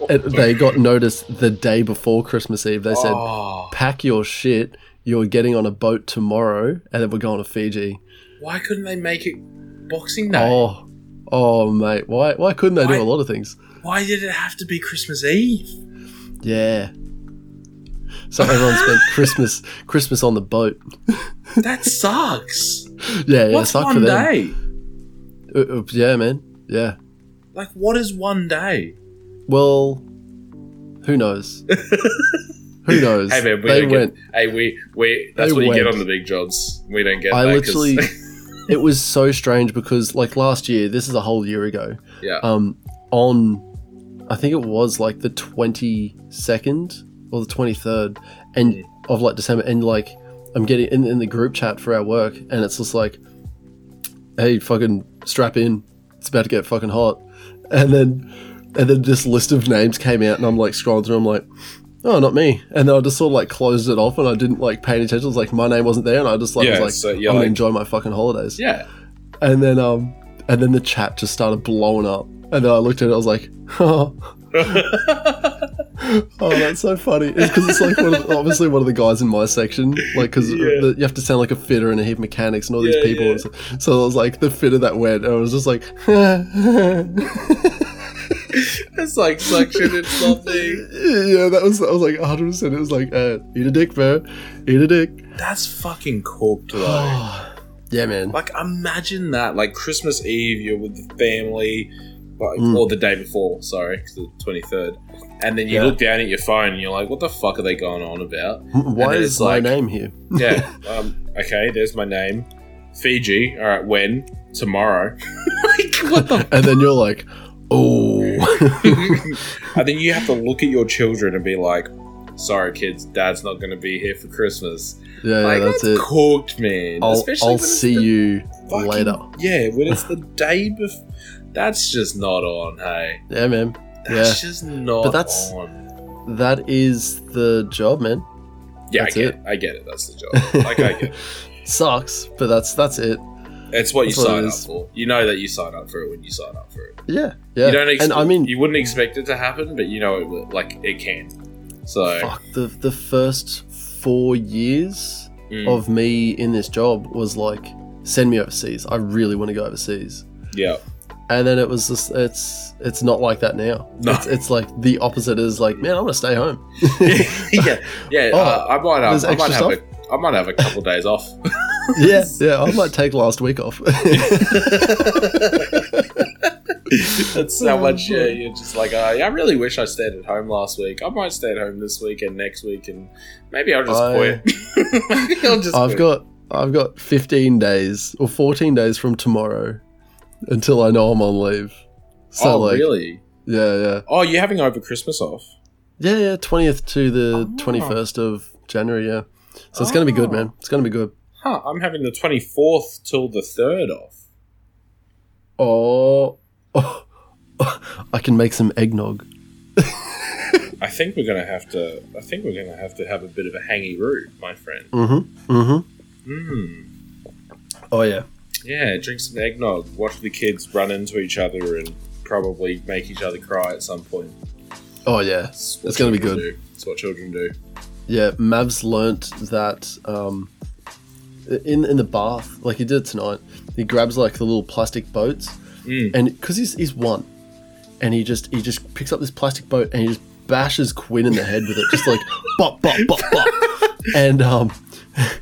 and they got notice the day before christmas eve they said
Oh,
pack your shit you're getting on a boat tomorrow and then we're going to fiji
"Why couldn't they make it Boxing Day?
Oh, oh, mate. Why? Why couldn't they
Why-
do a lot of things?
Why did it have to be Christmas Eve?"
Yeah. So everyone
(laughs)
spent Christmas Christmas on the boat. (laughs)
That sucks.
Yeah, yeah.
What's
Suck
one
for them.
day?
Uh, uh, yeah, man. Yeah.
Like, what is one day?
Well, who
(laughs)
knows? who knows?
Hey man, we
they
don't
went.
get. Hey, we we. That's
They
what you get
went.
on the big jobs. We don't get.
I
that 'cause-
literally. (laughs) it was so strange because like last year, this is a whole year ago.
(laughs) yeah.
Um, on. I think it was like the twenty second or the twenty third, and
Mm.
of like December, and like I'm getting in, in the group chat for our work, and it's just like, hey, fucking strap in, it's about to get fucking hot, and then and then this list of names came out, and I'm like scrolling through, I'm like. Oh, not me! And then I just sort of like closed it off, and I didn't like pay any attention. It was like my name wasn't there, and I just like was
Yeah,
like,
so
I'm
you're
gonna
like-
enjoy my fucking holidays.
yeah.
And then um, and then the chat just started blowing up, and then I looked at it, I was like, (laughs) oh, (laughs) Oh, that's so funny. It's because it's like one of the, obviously one of the guys in my section, like because
Yeah.
you have to sound like a fitter and a heap mechanics and all these
Yeah,
people.
yeah.
and So, so I was like the fitter that went, and I was just like, (laughs)
(laughs) it's like suction (laughs) and something.
yeah, that was I was like 100. percent It was like uh, eat a dick, man, eat a dick.
That's fucking
(gasps)
cooked, (laughs) though.
(sighs) yeah, man.
Like, imagine that. Like, Christmas Eve, you're with the family, like,
Mm.
or the day before, sorry, 'cause the 23rd. And then you
Yeah.
look down at your phone and you're like, what the fuck are they going on
(laughs)
about?
Why
and
is
it's
my
like-
name here?
Yeah. um, okay, there's my name. Fiji. All right, when? Tomorrow. (laughs) like,
(laughs)
what the (laughs)
And then you're like, oh, (laughs)
and then you have to look at your children and be like, sorry kids, dad's not going to be here for Christmas.
Yeah, yeah
like,
that's it.
cooked, man.
I'll,
Especially
I'll
when it's
see
the
you
fucking-
later.
Yeah, when it's the day before. That's just not on, hey.
Yeah, man.
That's just not
But that's-
on.
That is the job, man.
Yeah, I
that's
get
it.
it. I get it. That's the job. Like, I get it.
(laughs) Sucks, but that's that's it. (laughs)
It's
That's what
what you
it
sign up
is.
for. You know that you sign up for it when you sign up for it.
Yeah, yeah.
You don't expect,
and I mean,
you wouldn't expect it to happen, but you know it will. Like, it can. So,
fuck the the first four years
mm,
of me in this job was like, send me overseas. I really want to go overseas. (laughs)
yeah. (laughs)
And then it was just it's it's not like that now.
No.
It's, it's like the opposite is like, man, I want to stay home.
(laughs) yeah, yeah.
Oh,
uh, I might,
there's
have, I might
extra
have a, I might have a couple days off.
yeah, yeah. I might take last week
(laughs)
off. (laughs)
(laughs) That's how much yeah, you're just like, uh, yeah, I really wish I stayed at home last week. I might stay at home this week and next week, and maybe I'll just
I-
quit. (laughs) Maybe I'll just
I've
quit.
got I've got 15 days or 14 days from tomorrow until I know I'm on leave. So
oh,
like,
really?
yeah, yeah.
Oh, you're having over Christmas off?
Yeah, yeah, twentieth to the
Oh.
twenty first of January. Yeah, so it's gonna be good,
Oh.
man. It's gonna be good.
Huh? I'm having the 24th till the 3rd off.
Oh, (laughs) oh, I can make some eggnog.
I think we're gonna have to. I think we're gonna have to have a bit of a hangy root, my friend.
Mm-hmm. Mm-hmm.
Mm.
Oh yeah.
Yeah, drink some eggnog, watch the kids run into each other, and probably make each other cry at some point.
Oh yeah.
It's what
It's gonna be
children
good.
do. It's what children do.
Yeah. Mavs learnt that um, in in the bath, like he did it tonight. He grabs like the little plastic boats,
Mm.
and because he's he's one, and he just he just picks up this plastic boat and he just bashes Quinn in the head with it, just like (laughs) bop bop bop bop,
(laughs)
and um,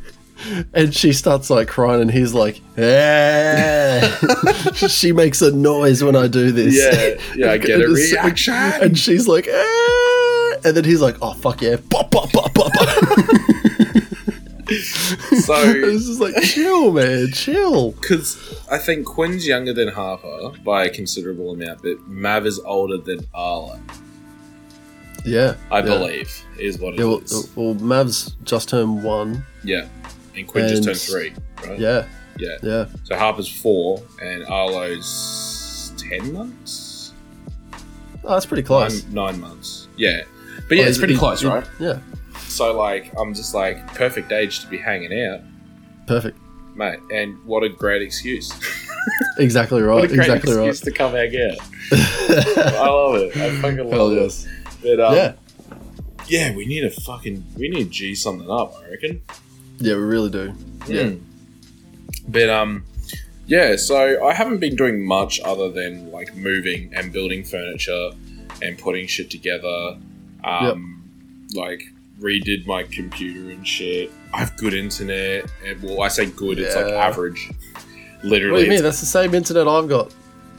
(laughs) and she starts like crying, and he's like,
(laughs)
yeah. (laughs) she makes a noise when I do this, (laughs)
Yeah, yeah, I
And-
get
and
a
it's-
(laughs) reaction.
and she's like, "Ah," and then he's like, oh fuck yeah, bop bop bop bop. (laughs) bop.
So,
(laughs) it's just like chill, man, chill.
because I think Quinn's younger than Harper by a considerable amount, but Mav is older than Arla,
Yeah,
I
yeah.
believe, is what it
Yeah,
is.
well, oh. well, Mavs just turned one.
Yeah. And Quinn just
And-
turned three, right?
Yeah,
Yeah.
yeah.
So Harper's four, and Arlo's 10 months?
Oh, that's pretty close.
Nine, nine months. Yeah. Um, But yeah,
Oh,
it's
it-
pretty
it-
close,
it-
right?
Yeah,
So, like, I'm just like, perfect age to be hanging out,
perfect.
mate. And what a great excuse. (laughs)
Exactly right.
what a great
Exactly (laughs)
excuse
right.
to come hang out. I love it. I fucking love
Hell
it.
yes.
But um, yeah.
yeah,
we need a fucking we need to G something up. I reckon.
yeah, we really do. Yeah.
Hmm. But um, yeah. So I haven't been doing much other than like moving and building furniture and putting shit together. Um, like redid my computer and shit. I have good internet. And, well, I say good. It's like
Yeah.
average.
What do
Literally,
you mean? That's the same internet I've got.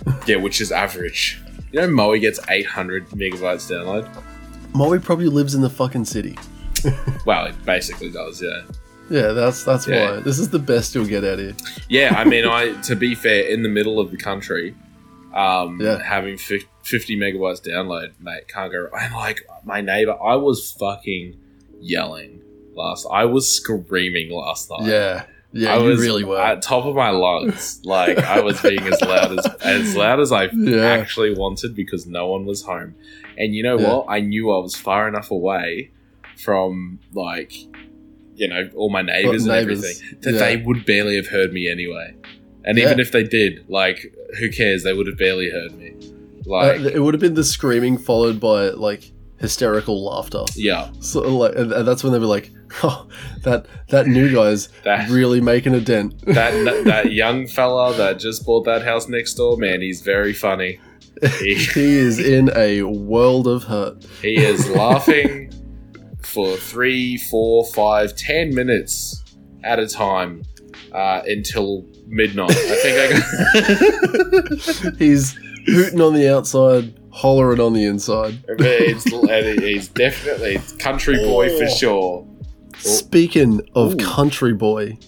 it's- yeah, which is average. You know, Moe gets 800 megabytes download.
Molly probably lives in the fucking city.
Well, it basically does, yeah.
Yeah, that's that's
Yeah.
why. This is the best you'll get out here.
Yeah, I mean, I to be fair, in the middle of the country, um,
Yeah.
having fif- fifty megabytes download, mate, can't go. I'm like my neighbor. I was fucking yelling last. I was screaming last night.
Yeah, yeah,
I
you
was
really were.
at top of
(laughs)
my lungs. Like I was being as loud as as loud as I
Yeah.
actually wanted because no one was home. And you know
Yeah.
what? I knew I was far enough away from like you know all my neighbors and
neighbours,
everything that
yeah.
they would barely have heard me anyway. And
Yeah.
even if they did, like who cares? They would have barely heard me. Like
Uh, it would have been the screaming followed by like hysterical laughter.
yeah,
So like, and, and that's when they were like, (laughs) "Oh, that that new guy's
that
really making a dent."
(laughs) that that young fella that just bought that house next door, man, he's very funny.
(laughs)
He-
he is in a world of
(laughs)
hurt.
He is laughing for three, four, five, ten minutes at a time uh, until midnight. I think I (laughs) got.
He's hooting on the outside, hollering on the inside.
But it's, and he's definitely it's country boy for
Oh.
sure.
Speaking of
Ooh.
country boy,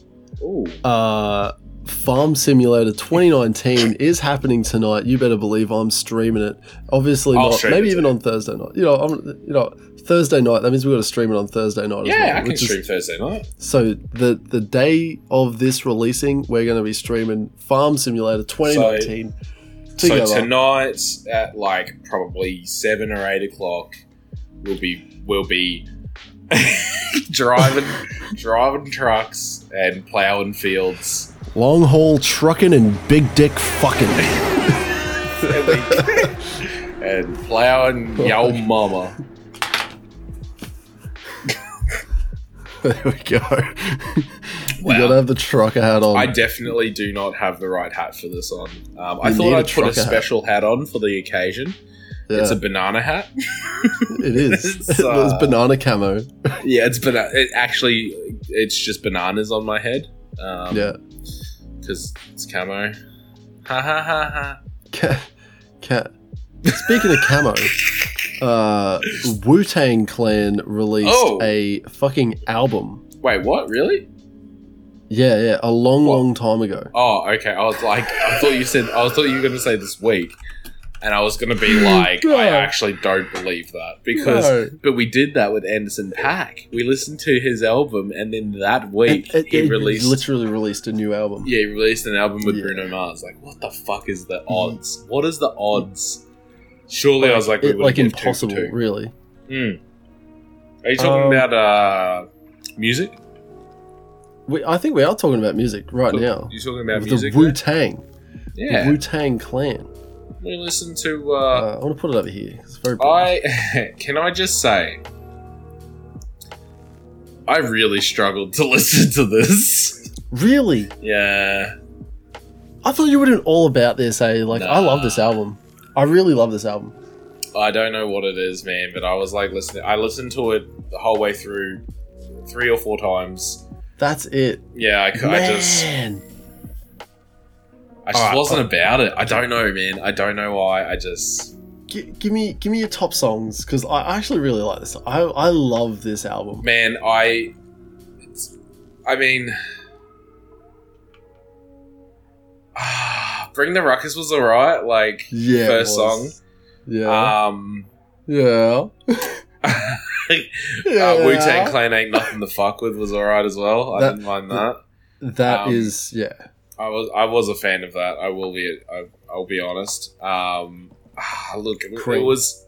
Ooh.
uh, Farm Simulator 2019 is happening tonight. You better believe I'm streaming it. Obviously
I'll
not.
stream
Maybe
it
even on Thursday night. You know, I'm, you know, Thursday night. That means we've got to stream it on Thursday night. as well,
Yeah, I can
which is-
stream Thursday night.
so the the day of this releasing, we're going to be streaming Farm Simulator 2019 together.
So tonight at like probably seven or eight o'clock, we'll be we'll be (laughs)
(laughs)
driving driving trucks and plowing fields.
Long haul trucking and big dick fucking.
and, we- and plowing yo mama.
(laughs) there we go. you
Wow.
gotta have the trucker hat on.
I definitely do not have the right hat for this on. Um, I
You
thought
need a
I'd put
trucker
a
hat.
special hat. on for the occasion.
yeah,
It's a
(laughs)
banana hat.
it is.
(laughs)
(laughs)
it's,
It's,
uh,
banana camo.
yeah, it's bana- it actually it's just bananas on my head. Um,
Yeah.
because it's camo. Ha ha ha ha.
Cat. Cat. Speaking of camo, uh, Wu Tang Clan released
Oh.
a fucking album.
Wait, what? Really?
Yeah, yeah, a long,
What?
long time ago.
Oh, okay. I was like, I thought you said, I thought you were going to say this week, and I was going
(laughs)
to be like,
No.
I actually don't believe that because.
No.
But we did that with Anderson Pack. We listened to his album, and then that week
It- it-
he
it
released.
literally released a new album.
yeah, he released an album with
Yeah. Mm.
Bruno Mars. Like, what the fuck is the odds? What is the odds? Surely, I was like, we
It-
would
like
like
impossible, really.
Mm. Are you talking
Um,
about uh, music?
We, I think we are talking about music right
Cool.
now.
You talking about
With
music?
the Wu
there?
Tang,
Yeah,
Wu Tang Clan.
we listened to. Uh,
Uh, I want to put it over here. It's very.
I (laughs) can I just say, I really struggled to (laughs) listen to this.
really,
Yeah,
I thought you were doing all about this. Eh? Like, I love this
Nah.
album. I really love this album.
I don't know what it is, man, but I was like listening. I listened to it the whole way through, three or four times.
That's it.
Yeah, I, cou- I just,
Man.
I just
Alright,
wasn't about it. I don't know, man. I don't know why. I just,
Gi- give me give me your top songs because I I actually really like this. I I love this album.
man, I, it's, I mean. (sighs) Bring the Ruckus was alright, like
Yeah, it
first
was.
song.
Yeah,
Um,
yeah, yeah.
uh, Wu Tang Uh, Clan ain't nothing to fuck with was alright as well. I
That-
didn't mind that.
That
Um,
is- yeah.
I was I was a fan of that. I will be I, I'll be honest. Um, ah, look, it, it
Cream.
was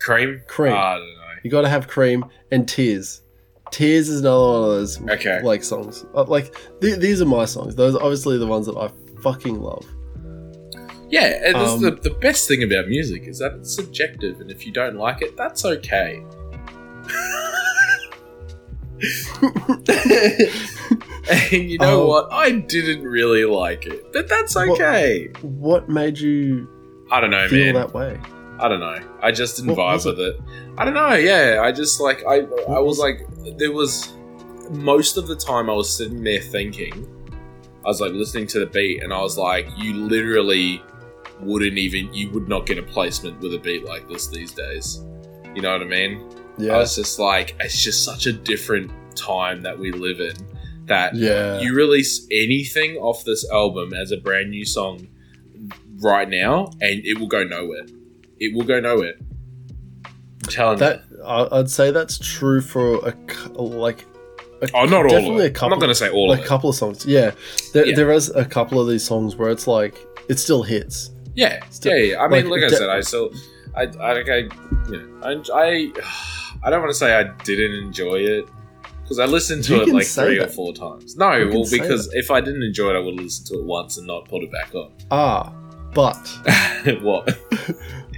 cream. Ah,
Cream.
I don't know.
You gotta have cream and tears. Tears is another one of those
Okay.
like songs. Uh, Like th- these are my songs. Those are obviously the ones that I fucking love. (laughs)
Yeah, it is
Um,
the, the best thing about music is that it's subjective, and if you don't like it, that's okay. (laughs) and you know
Oh.
what? I didn't really like it, but that's
What-
okay.
What made you
I don't know,
feel
man.
that way?
I don't know. I just didn't
What
vibe
was it?
with it. I don't know. Yeah, I just like I I
was
was
it?
like there was most of the time I was sitting there thinking. I was like listening to the beat and I was like you literally wouldn't even you would not get a placement with a beat like this these days. You know what I mean? I
Yeah,
was just like it's just such a different time that we live in that
yeah,
you release anything off this album as a brand new song right now, and it will go nowhere. It will go nowhere. I'm telling
that I- I'd say that's true for a cou- like a,
you. Oh, not all of
definitely a
it. I'm
couple-
not going to say all
like a
of it.
couple of songs. Yeah, there,
Yeah.
there is a couple of these songs where it's like it still hits.
Yeah,
Still-
yeah, yeah. I mean, like,
like,
I
de-
said, I still, I, I, I you know, I, I, I don't want to say I didn't enjoy it because I listened to
You
it
can
like
say
three or
that.
four times. No,
You can
well,
say
because if I didn't enjoy it, I would have listened to it once and not put it back on. (laughs)
Ah, but
what?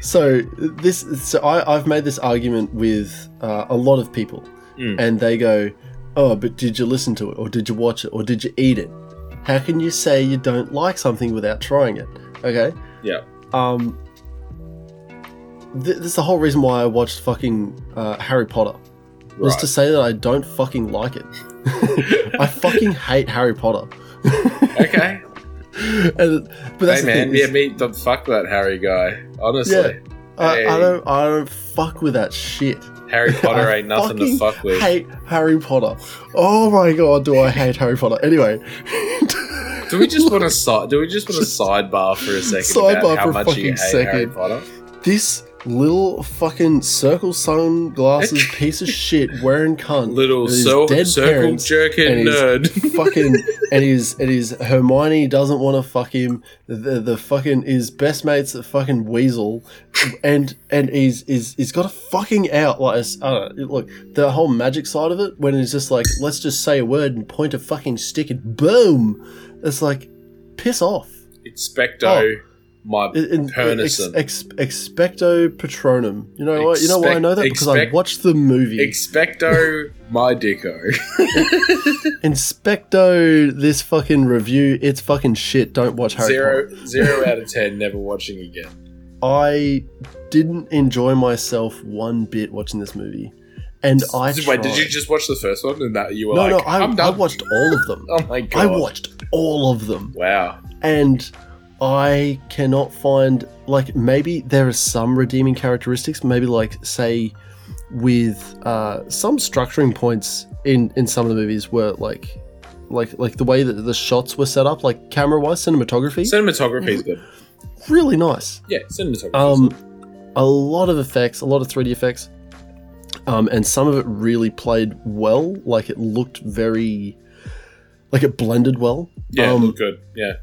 So this, so I, I've made this argument with uh, a lot of people,
Mm.
and they go, "Oh, but did you listen to it, or did you watch it, or did you eat it? How can you say you don't like something without trying it?" Okay.
Yeah.
Um. Th- this is the whole reason why I watched fucking uh, Harry Potter was
Right.
to say that I don't fucking like it. I fucking hate Harry Potter.
(laughs) okay.
And, but that's
hey
the
man,
thing, is-
yeah, me the fuck that Harry guy. Honestly,
Yeah. I,
Hey.
I don't, I don't fuck with that shit.
Harry
(laughs)
Potter
I
ain't nothing to
fucking
fuck with.
hate Harry Potter. Oh my god, do I hate Harry Potter? Anyway,
Do we
(laughs)
just want a side? Do we just want a sidebar for a second
Sidebar
about how
for a
much you
fucking
hate Harry
second.
Potter?
(laughs) This little fucking circle
(laughs)
sunglasses piece of shit wearing cunt.
Little
and his
so-
dead
circle
parents
jerking
and his- (laughs)
nerd.
fucking and his and his Hermione doesn't want to fuck him. The the fucking his best mates the fucking weasel, and and he's is he's got a fucking out like it's- I don't know, look the whole magic side of it when it's just like let's just say a word and point a fucking stick and boom, it's like piss off.
Expecto, my
Oh. It- it- ex,
Pernison.
ex, expecto patronum. You know what? You know why I know that because
Expect-
I watched the movie. (laughs)
Expecto, my dicko.
Inspecto this fucking review. It's fucking shit. Don't watch Harry Potter.
(laughs) Zero, zero out of ten. Never watching again.
I didn't enjoy myself one bit watching this movie, and I
Wait,
tried.
did you just watch the first one and that you were
No,
like,
no, I,
am
I
done.
watched all of them.
oh my god!
I watched all of them,
Wow.
and I cannot find like maybe there are some redeeming characteristics. Maybe like say with uh, some structuring points in in some of the movies were like like like the way that the shots were set up, like camera wise, cinematography,
Cinematography is good.
really nice.
Yeah, cinematography. is good.
Um, a lot of effects, a lot of 3D effects, um, and some of it really played well. Like it looked very, like it blended well.
yeah,
um,
look good. Yeah.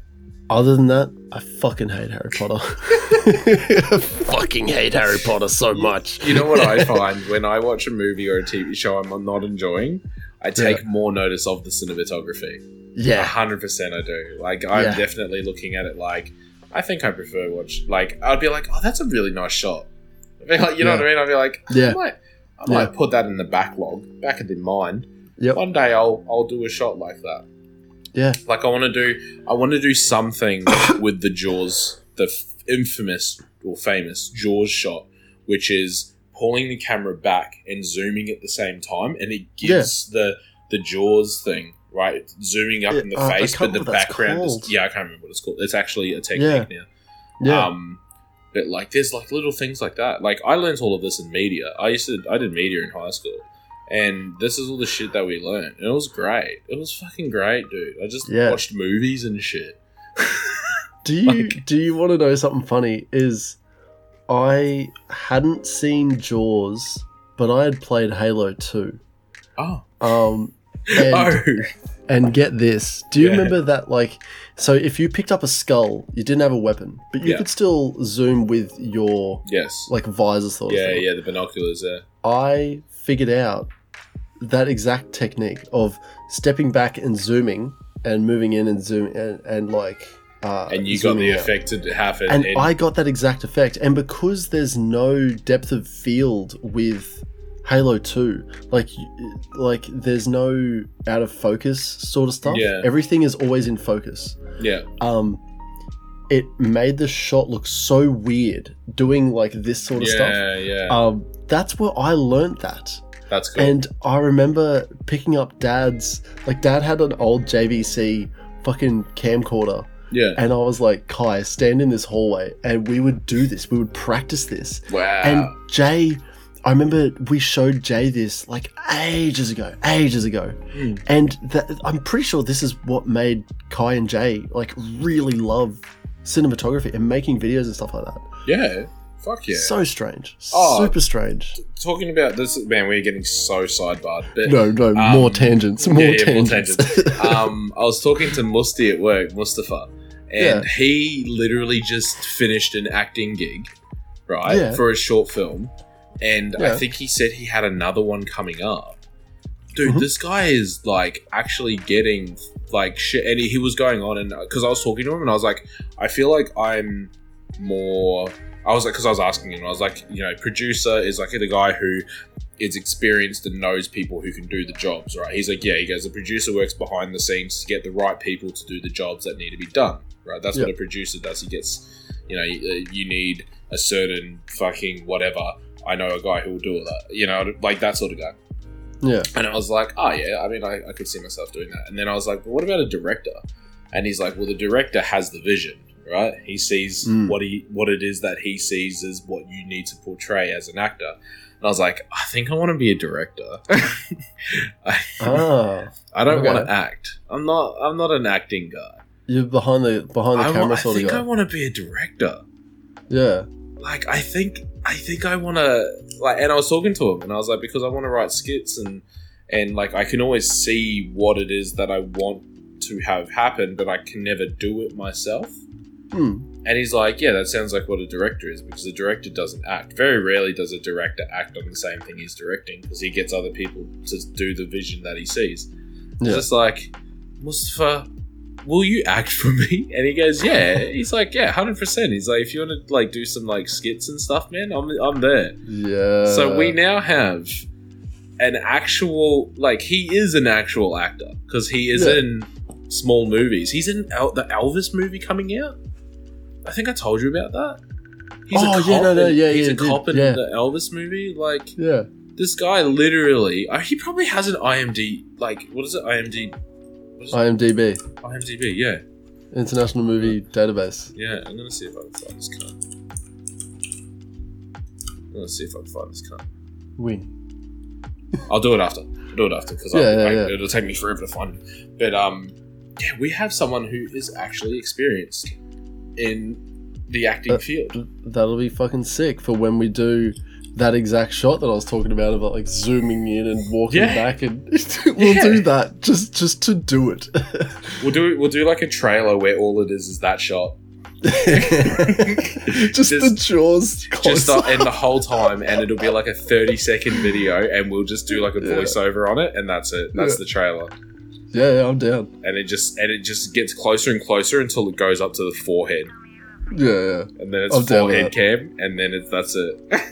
Other than that, I fucking hate Harry Potter. I (laughs) fucking hate Harry Potter so much.
You know what
(laughs)
I find when I watch a movie or a TV show I'm not enjoying, I take more notice of the cinematography. A
Yeah,
hundred percent, I do. Like I'm
Yeah.
definitely looking at it like I think I prefer watch. Like I'd be like, oh, that's a really nice shot. I'd be like, you know
Yeah.
what I mean? I'd be like, I
yeah,
might, I
Yeah.
might put that in the backlog, back of the mind.
Yep.
One day I'll I'll do a shot like that.
Yeah.
Like I want to do I want to
(coughs)
do something with the Jaws, the f- infamous or famous Jaws shot, which is pulling the camera back and zooming at the same time, and it gives the the Jaws thing right, zooming up
Yeah,
in the
uh, I
face,
can't
but
remember
the
what that's
background is
called.
yeah, I can't remember what it's called. It's actually a technique now.
yeah.
Um, but like, there's like little things like that. Like, I learned all of this in media. I used to, I did media in high school, and this is all the shit that we learned. And it was great. It was fucking great, dude. I just
Yeah.
watched movies and shit.
Do you
Like-
do you want to know something funny? Is I hadn't seen Jaws, but I had played Halo Two.
Oh,
(laughs) Um, and
oh,
And get this. Do you
Yeah.
remember that, like, so if you picked up a skull, you didn't have a weapon, but you
Yeah.
could still zoom with your,
yes,
like, visor sort of
yeah,
thing.
yeah. The binoculars there.
I figured out that exact technique of stepping back and zooming and moving in and zoom and, and like, uh,
And you got the
zooming out.
effect to happen.
And,
in-
I got that exact effect. And because there's no depth of field with Halo 2, like y- like there's no out of focus sort of stuff.
Yeah.
Everything is always in focus.
yeah,
Um it made the shot look so weird doing like this sort of stuff.
yeah, yeah.
Um that's where I learnt that.
That's cool.
And I remember picking up dad's like dad had an old JVC fucking camcorder
yeah.
and I was like, Kai, stand in this hallway, and we would do this. We would practice this.
Wow.
And Jay, I remember we showed Jay this like ages ago, ages ago,
Hmm.
and that, I'm pretty sure this is what made Kai and Jay like really love cinematography and making videos and stuff like that.
yeah. Fuck yeah.
So strange,
Oh.
super strange.
Talking about this, man, we're getting so sidebarred. But
No, no,
um,
more tangents, more
yeah, more
tangents. (laughs)
um, I was talking to Musti at work, Mustafa, and he literally just finished an acting gig, right,
Yeah.
for a short film, and I
Yeah.
think he said he had another one coming up. Dude,
Mhm.
this guy is like actually getting like shit, and he, he was going on, and because I was talking to him, and I was like, I feel like I'm more. I was like, because I was asking him, I was like, you know, producer is like the guy who is experienced and knows people who can do the jobs, right? He's like, yeah, he goes, the producer works behind the scenes to get the right people to do the jobs that need to be done, right? That's what a producer does. He gets, you know, you, you need a certain fucking whatever. I know a guy who will do all that, you know, like that sort of guy.
yeah,
And I was like, oh, yeah, I mean, I, I could see myself doing that. And then I was like, but what about a director? And he's like, well, the director has the vision, right? He sees
Mm.
what he what it is that he sees is what you need to portray as an actor. And I was like, I think I want to be
(laughs)
a director. (laughs) I,
ah,
I don't
okay. Oh,
want to act. I'm not. I'm not an acting guy.
You're behind the behind the
I,
camera
wa- I
sort of
think
guy.
I want to be a director.
yeah.
Like I think I think I want to like. And I was talking to him, and I was like, because I want to write skits, and and like I can always see what it is that I want to have happen, but I can never do it myself.
Hmm.
And he's like, yeah, that sounds like what a director is because a director doesn't act. Very rarely does a director act on the same thing he's directing because he gets other people to do the vision that he sees. It's
Yeah.
just like, Mustafa, will you act for me? (laughs) And he goes, yeah. he's like, yeah, 100%. He's like, if you want to like do some like skits and stuff, man, I'm, I'm there.
Yeah.
so we now have an actual, like he is an actual actor because he is
Yeah.
in small movies. He's in El- the Elvis movie coming out. I think I told you about that. He's
Oh,
a
yeah,
cop
no, no,
in-
yeah,
he's
yeah,
a
dude,
cop in
yeah.
the Elvis movie. Like
Yeah.
this guy, literally, uh, he probably has an IMD. Like what is it? IMD. What is it?
IMDb,
IMDb. Yeah,
International Movie Database.
yeah. I'm gonna see if I can find this cunt. I'm gonna see if I can find this cunt.
Win.
I'll do it after. I'll do it after because
Yeah,
I,
yeah,
I,
yeah.
it'll take me forever to find it. But um, yeah, we have someone who is actually experienced in the acting
Uh,
field.
That'll be fucking sick for when we do that exact shot that I was talking about about like zooming in and walking
Yeah.
back
(laughs)
and (laughs) we'll
Yeah.
do that just just to do
(laughs)
it. (laughs)
We'll do we'll do like a trailer where all it is is that shot.
just, the jaws
Just
close-up.
the, and the whole time, and it'll be like a thirty second video, and we'll just do like a
Yeah.
voiceover on it, and that's it. That's
Yeah.
the trailer,
yeah, yeah, I'm down.
and it just and it just gets closer and closer until it goes up to the forehead,
Yeah,
and then it's
I'm down with
forehead cam, and then it's that's it.
yeah.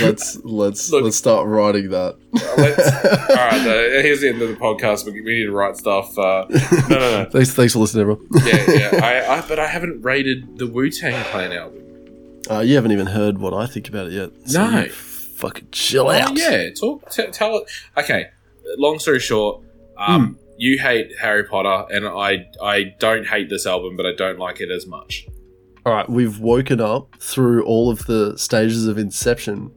Let's let's
Look.
let's start writing that.
Let's- All right, no, here's the end of the podcast. We, we need to write stuff.
(laughs)
Uh, no, no, no.
thanks, thanks for listening, everyone.
Yeah, yeah. I, I, but I haven't rated the Wu Tang Clan album.
Uh, you haven't even heard what I think about it yet.
No.
you fucking chill
Oh,
out.
yeah, talk, t- tell it. Okay, long story short, um,
Hmm.
you hate Harry Potter, and I, I don't hate this album, but I don't like it as much.
All right, we've woken up through all of the stages of inception.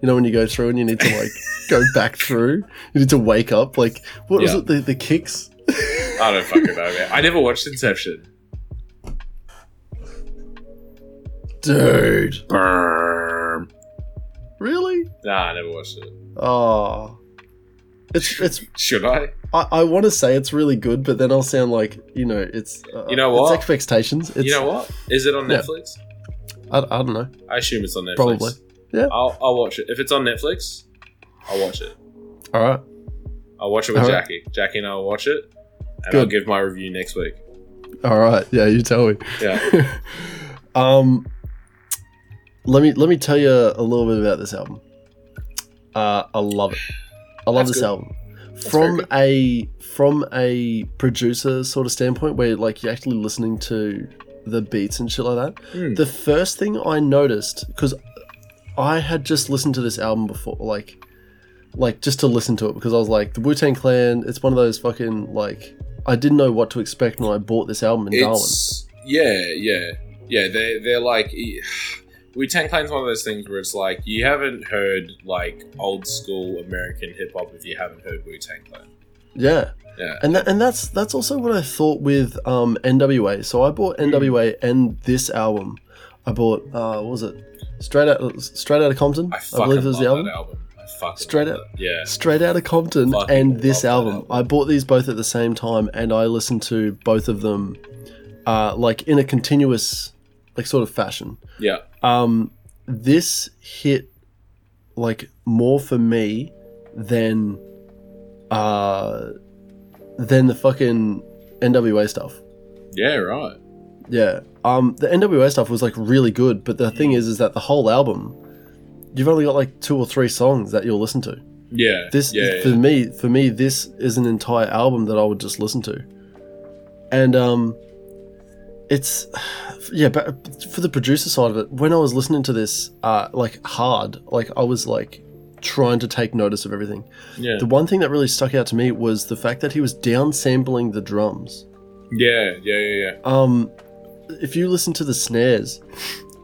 You know when you go through and you need
(laughs)
to like go back through. You need to wake up. Like what was
Yeah.
it? The, the kicks.
I
(laughs)
don't fucking know, man. I never watched Inception.
Dude,
Brrm.
really?
Nah, I never watched it.
Oh, it's it's.
Should I?
I, I want to say it's really good, but then I'll sound like you know it's. Uh,
You know what?
It's expectations. It's,
you know what? Is it on
Yeah.
Netflix?
I, I don't know.
I assume it's on Netflix.
Probably. Yeah.
I'll, I'll watch it. If it's on Netflix, I'll watch it.
All right.
I'll watch it with
Alright.
Jackie. Jackie and I will watch it, and
Good.
I'll give my review next week.
All right. Yeah, you tell me.
Yeah.
(laughs) um, let me let me tell you a little bit about this album. Uh, I love it. I love
That's
this
good.
album.
very
From
good.
a from a producer sort of standpoint, where like you're actually listening to the beats and shit like that.
Hmm.
The first thing I noticed because I had just listened to this album before, like, like just to listen to it because I was like, the Wu Tang Clan. It's one of those fucking like I didn't know what to expect when I bought this album in Darwin.
It's yeah, yeah, yeah. They they're like e, (sighs) Wu Tang Clan's one of those things where it's like you haven't heard like old school American hip hop if you haven't heard Wu Tang Clan.
Yeah.
Yeah.
And that, and that's that's also what I thought with um, NWA. So I
Hmm.
bought NWA and this album. I bought uh, what was it? Straight out straight out of Compton.
I fucking
believe it was
love
the album.
that album. I fucking
Straight
love it. Yeah.
Straight out of Compton
Fucking
and this
love that
album.
album.
I bought these both at the same time and I listened to both of them uh, like in a continuous like sort of fashion.
Yeah.
Um, this hit like more for me than uh than the fucking NWA stuff.
Yeah. Right.
Yeah. Um the NWA stuff was like really good, but the thing is is that the whole album you've only got like two or three songs that you'll listen to.
Yeah.
This
Yeah.
for me for me this is an entire album that I would just listen to. And um it's (sighs) yeah, but for the producer side of it, when I was listening to this uh like hard, like I was like trying to take notice of everything.
yeah.
The one thing that really stuck out to me was the fact that he was down sampling the drums.
yeah. Yeah. Yeah. Yeah.
Um, if you listen to the snares,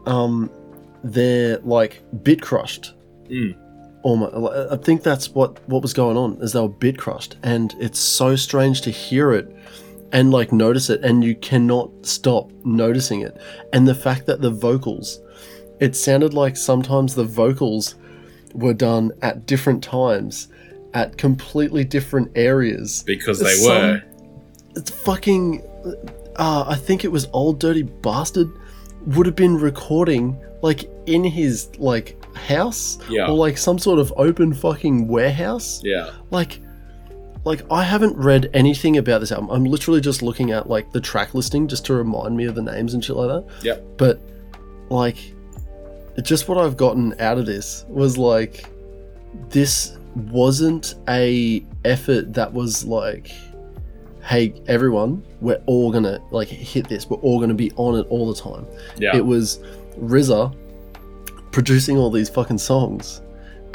um, they're like bit crushed.
Mm.
Almost, I think that's what what was going on is they were bit crushed, and it's so strange to hear it and like notice it and you cannot stop noticing it and the fact that the vocals it sounded like sometimes the vocals were done at different times at completely different areas
because they
Some-
were.
it's fucking uh, i think it was old dirty bastard would have been recording like in his like house
Yeah.
or like some sort of open fucking warehouse
yeah.
like like I haven't read anything about this album. I'm literally just looking at like the track listing just to remind me of the names and shit like that.
Yep.
But like just what I've gotten out of this was like this wasn't a effort that was like hey everyone, we're all going to like hit this. We're all going to be on it all the time.
Yeah.
It was RZA producing all these fucking songs,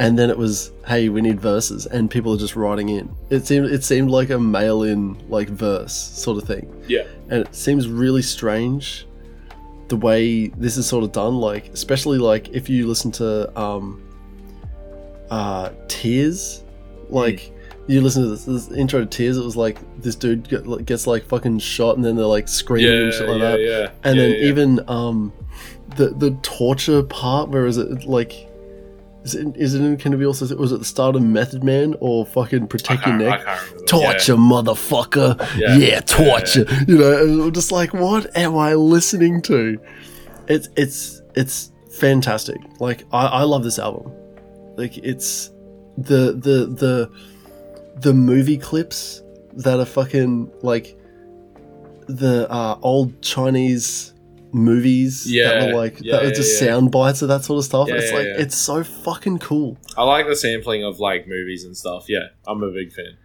and then it was, hey, we need verses, and people are just writing in. It seemed it seemed like a mail in like verse sort of thing,
yeah.
and it seems really strange the way this is sort of done. Like especially like if you listen to um, uh, Tears, like.
Mm.
You listen to this, this intro to Tears. It was like this dude get- gets like fucking shot, and then they're like screaming
Yeah.
and shit like
yeah,
that
yeah.
and
Yeah,
then
yeah.
even um the the torture part where is it like is it is it in Can It Be also was it the start of Method Man or fucking
I
Protect Your
can't, I
Neck?
can't remember.
Torture, motherfucker!
Yeah.
Yeah, torture. You know, and I'm just like, what am I listening to? It's it's it's fantastic. Like I, I love this album. Like it's the the the the movie clips that are fucking like the uh, old Chinese movies
Yeah,
that were like
yeah,
that were
yeah,
just
yeah.
sound bites of that sort of stuff.
Yeah,
it's
yeah,
like
yeah.
it's so fucking cool.
Yeah. I like the sampling of like movies and stuff. Yeah, I'm a big fan.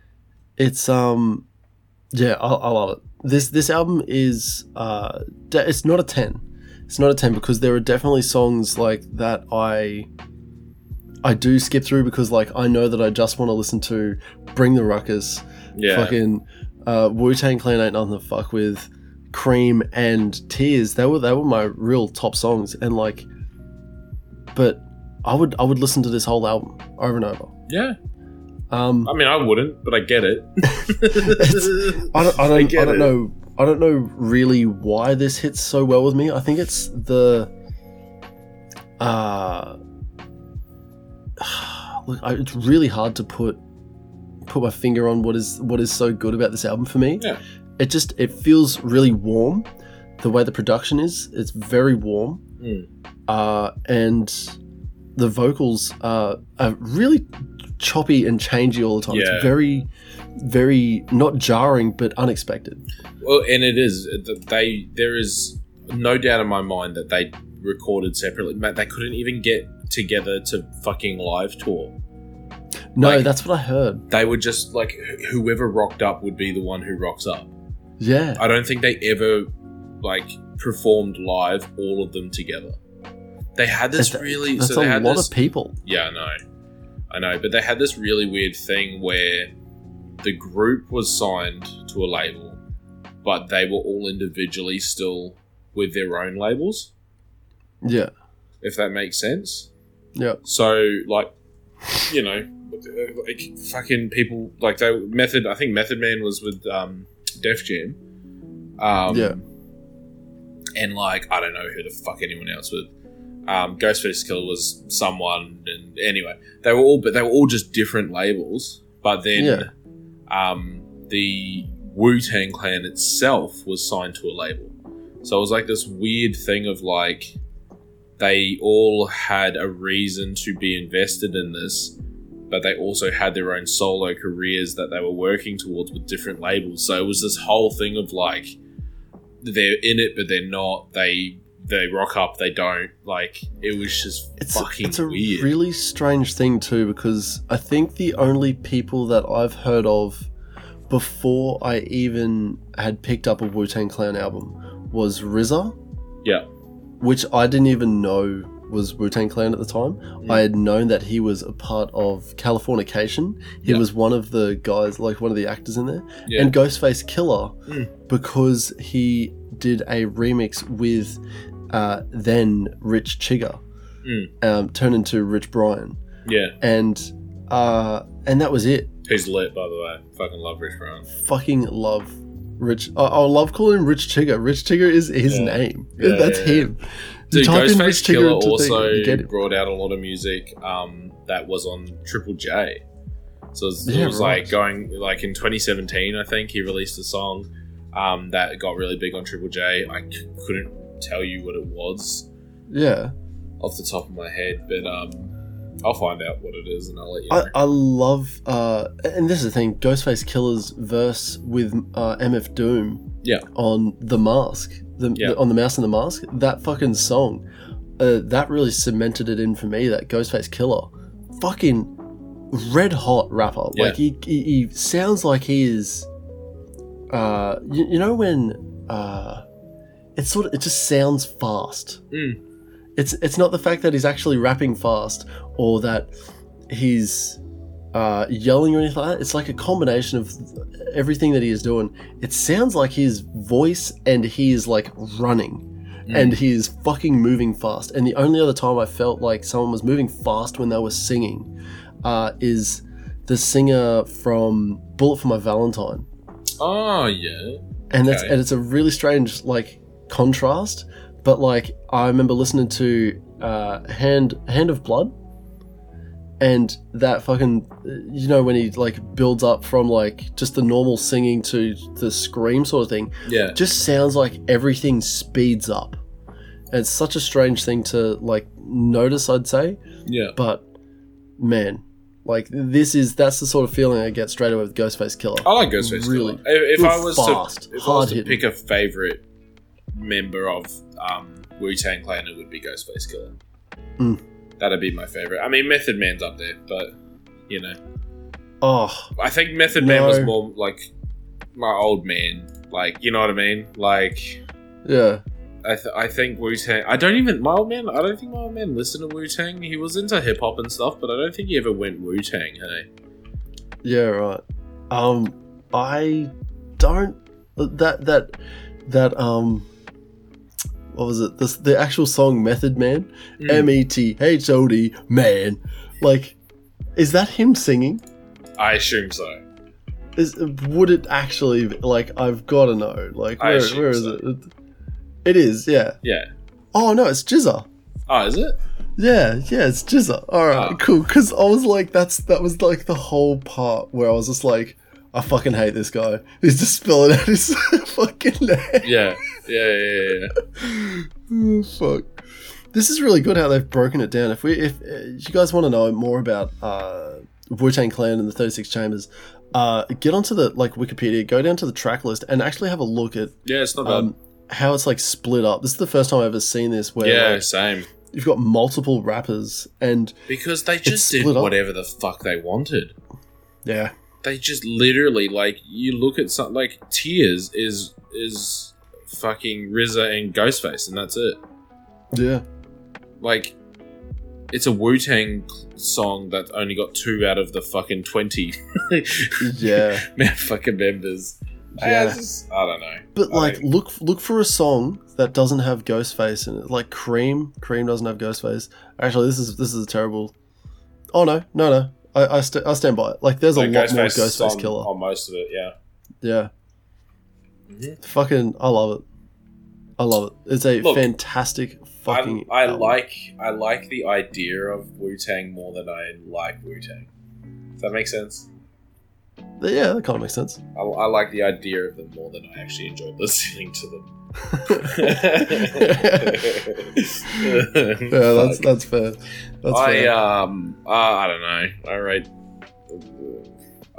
It's um, yeah, I, I love it. This this album is uh, de- it's not a ten. It's not a ten because there are definitely songs like that I. I do skip through because like I know that I just want to listen to Bring the Ruckus,
Yeah.
fucking uh, Wu Tang Clan ain't nothing to fuck with. Cream and Tears, they were they were my real top songs, and like, but I would I would listen to this whole album over and over.
yeah.
Um,
I mean, I wouldn't, but I
(laughs)
get it.
I
(laughs)
don't I don't, I
get
don't
it.
know I don't know really why this hits so well with me. I think it's the uh (sighs) look I, it's really hard to put put my finger on what is what is so good about this album for me.
Yeah.
It just it feels really warm. The way the production is, it's very warm.
Mm.
Uh, and the vocals are, are really choppy and changey all the time.
Yeah.
It's very very not jarring but unexpected.
Well, and it is It- they. There is no doubt in my mind that they recorded separately. Matt, they couldn't even get together to fucking live tour.
No,
Like-
that's what I heard.
They would just like wh- whoever rocked up would be the one who rocks up.
Yeah.
I don't think they ever like performed live all of them together. They had this
That's-
really.
that's
so they
a
had
lot
this,
of people.
Yeah, I know. I know, but they had this really weird thing where the group was signed to a label, but they were all individually still with their own labels,
Yeah.
if that makes sense.
Yeah.
So, like, you know, like fucking people, like they method. I think Method Man was with um, Def Jam. Um,
Yeah.
And like, I don't know who the fuck anyone else with. Um, Ghostface Killer was someone, and anyway, they were all, but they were all just different labels. But then,
Yeah.
um, the Wu Tang Clan itself was signed to a label, so it was like this weird thing of like, they all had a reason to be invested in this, but they also had their own solo careers that they were working towards with different labels. So it was this whole thing of like they're in it but they're not. They they rock up, they don't. Like it was just
It's
fucking
it's a
weird.
really strange thing too because I think the only people that I've heard of before I even had picked up a Wu Tang Clan album was RZA.
Yeah.
Which I didn't even know was Wu Tang Clan at the time.
Mm.
I had known that he was a part of Californication. He
Yeah.
was one of the guys, like one of the actors in there.
yeah.
and Ghostface Killer
Mm.
because he did a remix with uh, then Rich Chigga,
Mm.
um, turned into Rich Brian,
yeah.
and uh, and that was it.
Who's lit by the way. Fucking love Rich Brown.
Fucking love Rich. I, I love calling him Rich Tigger. Rich Tigger is his
Yeah.
name.
Yeah,
(laughs) That's
yeah,
him.
Dude,
type in Rich
Ghostface Killer
Tigger into
also
thing, you get it.
brought out a lot of music um, that was on Triple J. So it was, it
Yeah,
was
right.
like going like in 2017, I think he released a song um, that got really big on Triple J. I c- couldn't tell you what it was
Yeah.
off the top of my head, but um, I'll find out what it is and I'll let you
I,
know.
I love, uh, and this is the thing Ghostface Killer's verse with uh, MF Doom
Yeah.
on The Mask, the,
Yeah.
the- on The Mouse and the Mask, that fucking song, uh, that really cemented it in for me, that Ghostface Killer. Fucking red hot rapper.
Yeah.
Like, he, he, he sounds like he is. Uh, you, you know when uh, it's sort of it just sounds fast.
Mm.
It's it's not the fact that he's actually rapping fast or that he's uh, yelling or anything like that. It's like a combination of everything that he is doing. It sounds like his voice and he is like running.
Mm.
And he is fucking moving fast. And the only other time I felt like someone was moving fast when they were singing uh, is the singer from Bullet for My Valentine
Oh, yeah.
and that's
Okay.
and it's a really strange like contrast but like i remember listening to uh hand hand of blood and that fucking you know when he like builds up from like just the normal singing to the scream sort of thing
Yeah.
just sounds like everything speeds up And it's such a strange thing to like notice i'd say
Yeah.
but man like this is that's the sort of feeling i get straight away with ghostface killer
I like Ghostface
Really
Killer. Oh, If, if
Real
I was
fast,
to, if I
hard
was to
hitting.
pick a favorite member of um, Wu Tang Clan, it would be Ghostface Killer.
Mm.
That'd be my favorite. I mean, Method Man's up there, but you know,
oh
I think Method Man was
No.
more like my old man. Like, you know what I mean? Like,
yeah
I, th- I think Wu Tang. I don't even my old man. I don't think my old man listened to Wu Tang. He was into hip hop and stuff, but I don't think he ever went Wu Tang. Hey,
Yeah, right. Um, I don't that that that um, what was it? This the actual song Method Man,
Mm.
M E T H O D Man. Like, is that him singing?
I assume so.
Is would it actually be- like? I've got to know. Like,
I
where,
assume
where is
so.
it? it? It is. Yeah.
Yeah.
Oh no, it's Jizza.
Oh, is it?
Yeah, yeah, it's Jizza. All right,
Oh.
cool. Because I was like, that's that was like the whole part where I was just like, I fucking hate this guy. He's just spelling out his (laughs) fucking name.
Yeah. Yeah. Yeah. yeah, yeah.
Oh, fuck. This is really good how they've broken it down. If we, if uh, you guys want to know more about uh, Wu Tang Clan and the Thirty Six Chambers, uh, get onto the like Wikipedia, go down to the track list, and actually have a look at
Yeah. It's not bad.
um, how it's like split up. This is the first time I've ever seen this where
yeah,
like,
same.
you've got multiple rappers and
Because they just did
split up.
whatever the fuck they wanted.
yeah.
They just literally like you look at something like Tears is is fucking RZA and Ghostface, and that's it.
Yeah.
Like, it's a Wu Tang song that only got two out of the fucking twenty (laughs)
(laughs) Yeah.
man fucking members. Yeah,
Yeah.
it's just- I don't know.
But
I-
like look look for a song that doesn't have Ghostface in it. Like Cream, Cream doesn't have Ghostface. Actually, this is this is a terrible. Oh no, no, no. I I, st- I stand by it. Like there's a
Like,
lot more
Ghostface is
Ghostface
on-
Killer.
on most of it. Yeah.
Yeah. Mm-hmm.
Mhm.
Fucking I love it. I love it. It's a
Look,
fantastic fucking
I, I
album.
like I like the idea of Wu Tang more than I like Wu Tang. Does that make sense?
Yeah, that kind of makes
(laughs)
sense. (laughs)
I, I like the idea of them more than I actually enjoyed listening to (laughs) them.
Yeah, that's
Fuck.
that's fair. That's
I
fair.
um uh, I don't know. I rate uh,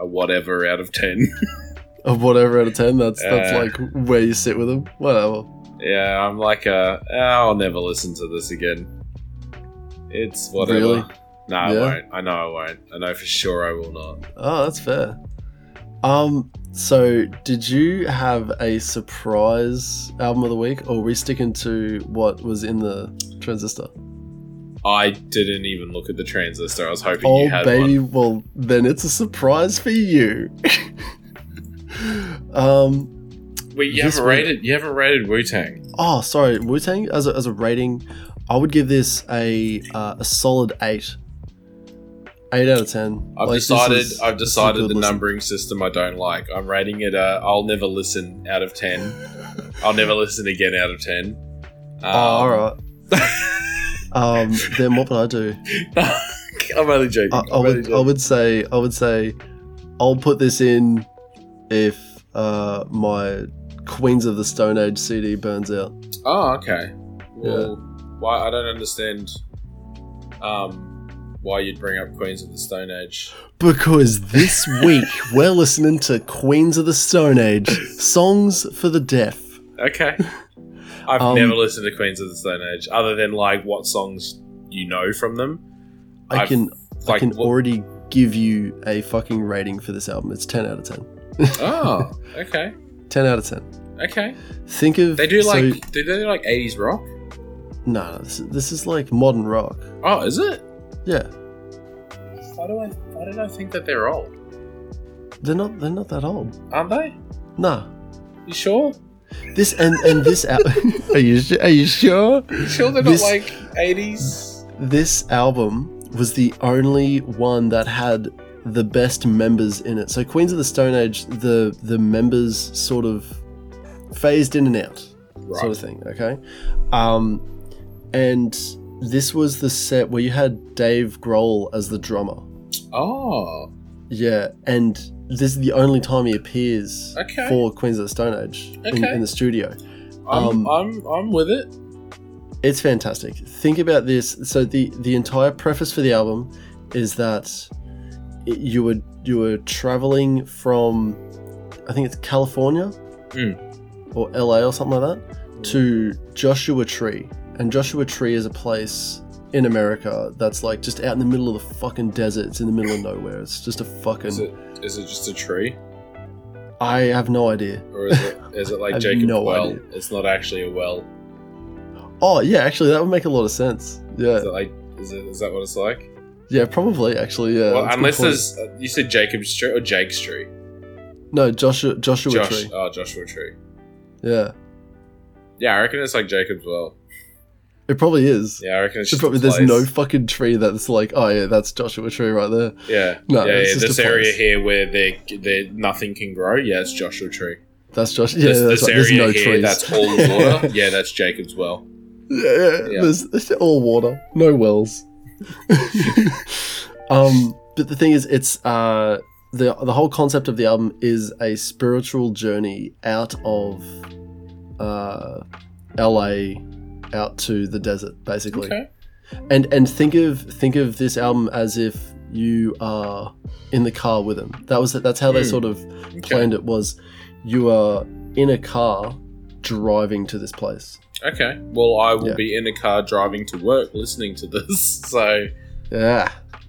a whatever out of ten. (laughs)
of whatever out of ten, that's that's
uh,
like where you sit with them. Whatever.
yeah, I'm like a oh, I'll never listen to this again. It's whatever.
Really?
No, I
Yeah.
won't. I know I won't. I know for sure I will not.
Oh, that's fair. Um, so did you have a surprise album of the week, or are we sticking to what was in the transistor?
I didn't even look at the transistor. I was hoping
Oh,
you had
baby, well then it's a surprise for you. (laughs) um,
one. Wait, you
this
haven't
week-
rated. You haven't rated Wu Tang.
oh, sorry, Wu Tang as a, as a rating, I would give this a uh, a solid eight. Eight out of ten.
I've
Like, this
decided.
is-
I've
this is a
decided
good
the
listen.
numbering system I don't like. I'm rating it. Uh, I'll never listen out of ten. I'll never listen again out of ten. Um,
(laughs) Oh, all right. um, then what would I do?
(laughs) I'm only joking.
I, I
I'm only
would. I
joking.
would say. I would say. I'll put this in if uh, my Queens of the Stone Age CD burns out.
Oh, okay. Well, why I don't understand. Um, why you'd bring up Queens of the Stone Age?
Because
(laughs)
this week we're listening to Queens of the Stone Age songs for the deaf. (laughs)
Okay. I've
Um,
never listened to Queens of the Stone Age, other than like what songs you know from them.
I
I've-
can I
Like,
can
what-
already give you a fucking rating for this album. It's ten out of ten.
(laughs) oh, okay,
Ten out of ten.
okay.
Think of
They do
so-
like do they do like eighties rock?
no, no, this, this is like modern rock.
Oh, is it?
Yeah,
Why do I why did I think that they're old?
they're not they're not that old.
Aren't they?
Nah,
You sure?
this and and this al- (laughs) are you su- are you sure?
You sure they're
This-
not like eighties?
This album was the only one that had the best members in it. So Queens of the Stone Age, the the members sort of phased in and out.
Right.
sort of thing. Okay, um, and this was the set where you had Dave Grohl as the drummer.
oh,
Yeah, and this is the only time he appears
Okay.
for Queens of the Stone Age in,
Okay.
in the studio.
I'm,
Um,
I'm I'm with it.
It's fantastic. Think about this. So the the entire preface for the album is that it, you were you were traveling from, I think it's California,
Mm.
or LA or something like that, to Joshua Tree, and Joshua Tree is a place in America that's like just out in the middle of the fucking desert. It's in the middle of nowhere. It's just a
Is
fucking.
it is it just a tree,
I have no idea.
or
(laughs)
is it is it
I
like
have
Jacob's
no
well?
idea.
It's not actually a well.
Oh yeah, actually that would make a lot of sense. Yeah,
Is it like is it is that what it's like?
yeah, probably actually. Yeah,
well,
that's a Uh, good
unless
point.
there's uh, you said Jacob's tree or Jake's tree.
no Joshua Joshua
Josh,
Tree.
oh Joshua Tree.
Yeah.
Yeah, I reckon it's like Jacob's well.
It probably is.
Yeah, I reckon it's
It's
just
probably
a
there's no
place.
fucking tree that's like, oh yeah, that's Joshua tree right there.
Yeah,
No,
yeah,
it's
yeah.
just a
This area
place.
here where there there nothing can grow. Yeah, it's Joshua Tree.
That's Joshua. Yeah,
this
that's
this
right.
area
There's no
here
trees.
that's all
(laughs)
water. yeah, that's Jacob's well.
yeah, yeah,
Yeah.
There's, it's all water, no
(laughs)
wells. um, but the thing is, it's uh, the the whole concept of the album is a spiritual journey out of uh, L.A. out to the desert, basically.
Okay.
and and think of think of this album as if you are in the car with them. That was that's how they
Mm.
sort of
Okay.
planned it. Was you are in a car driving to this place.
okay. Well, I will
Yeah.
be in a car driving to work, listening to this. (laughs) So
Yeah,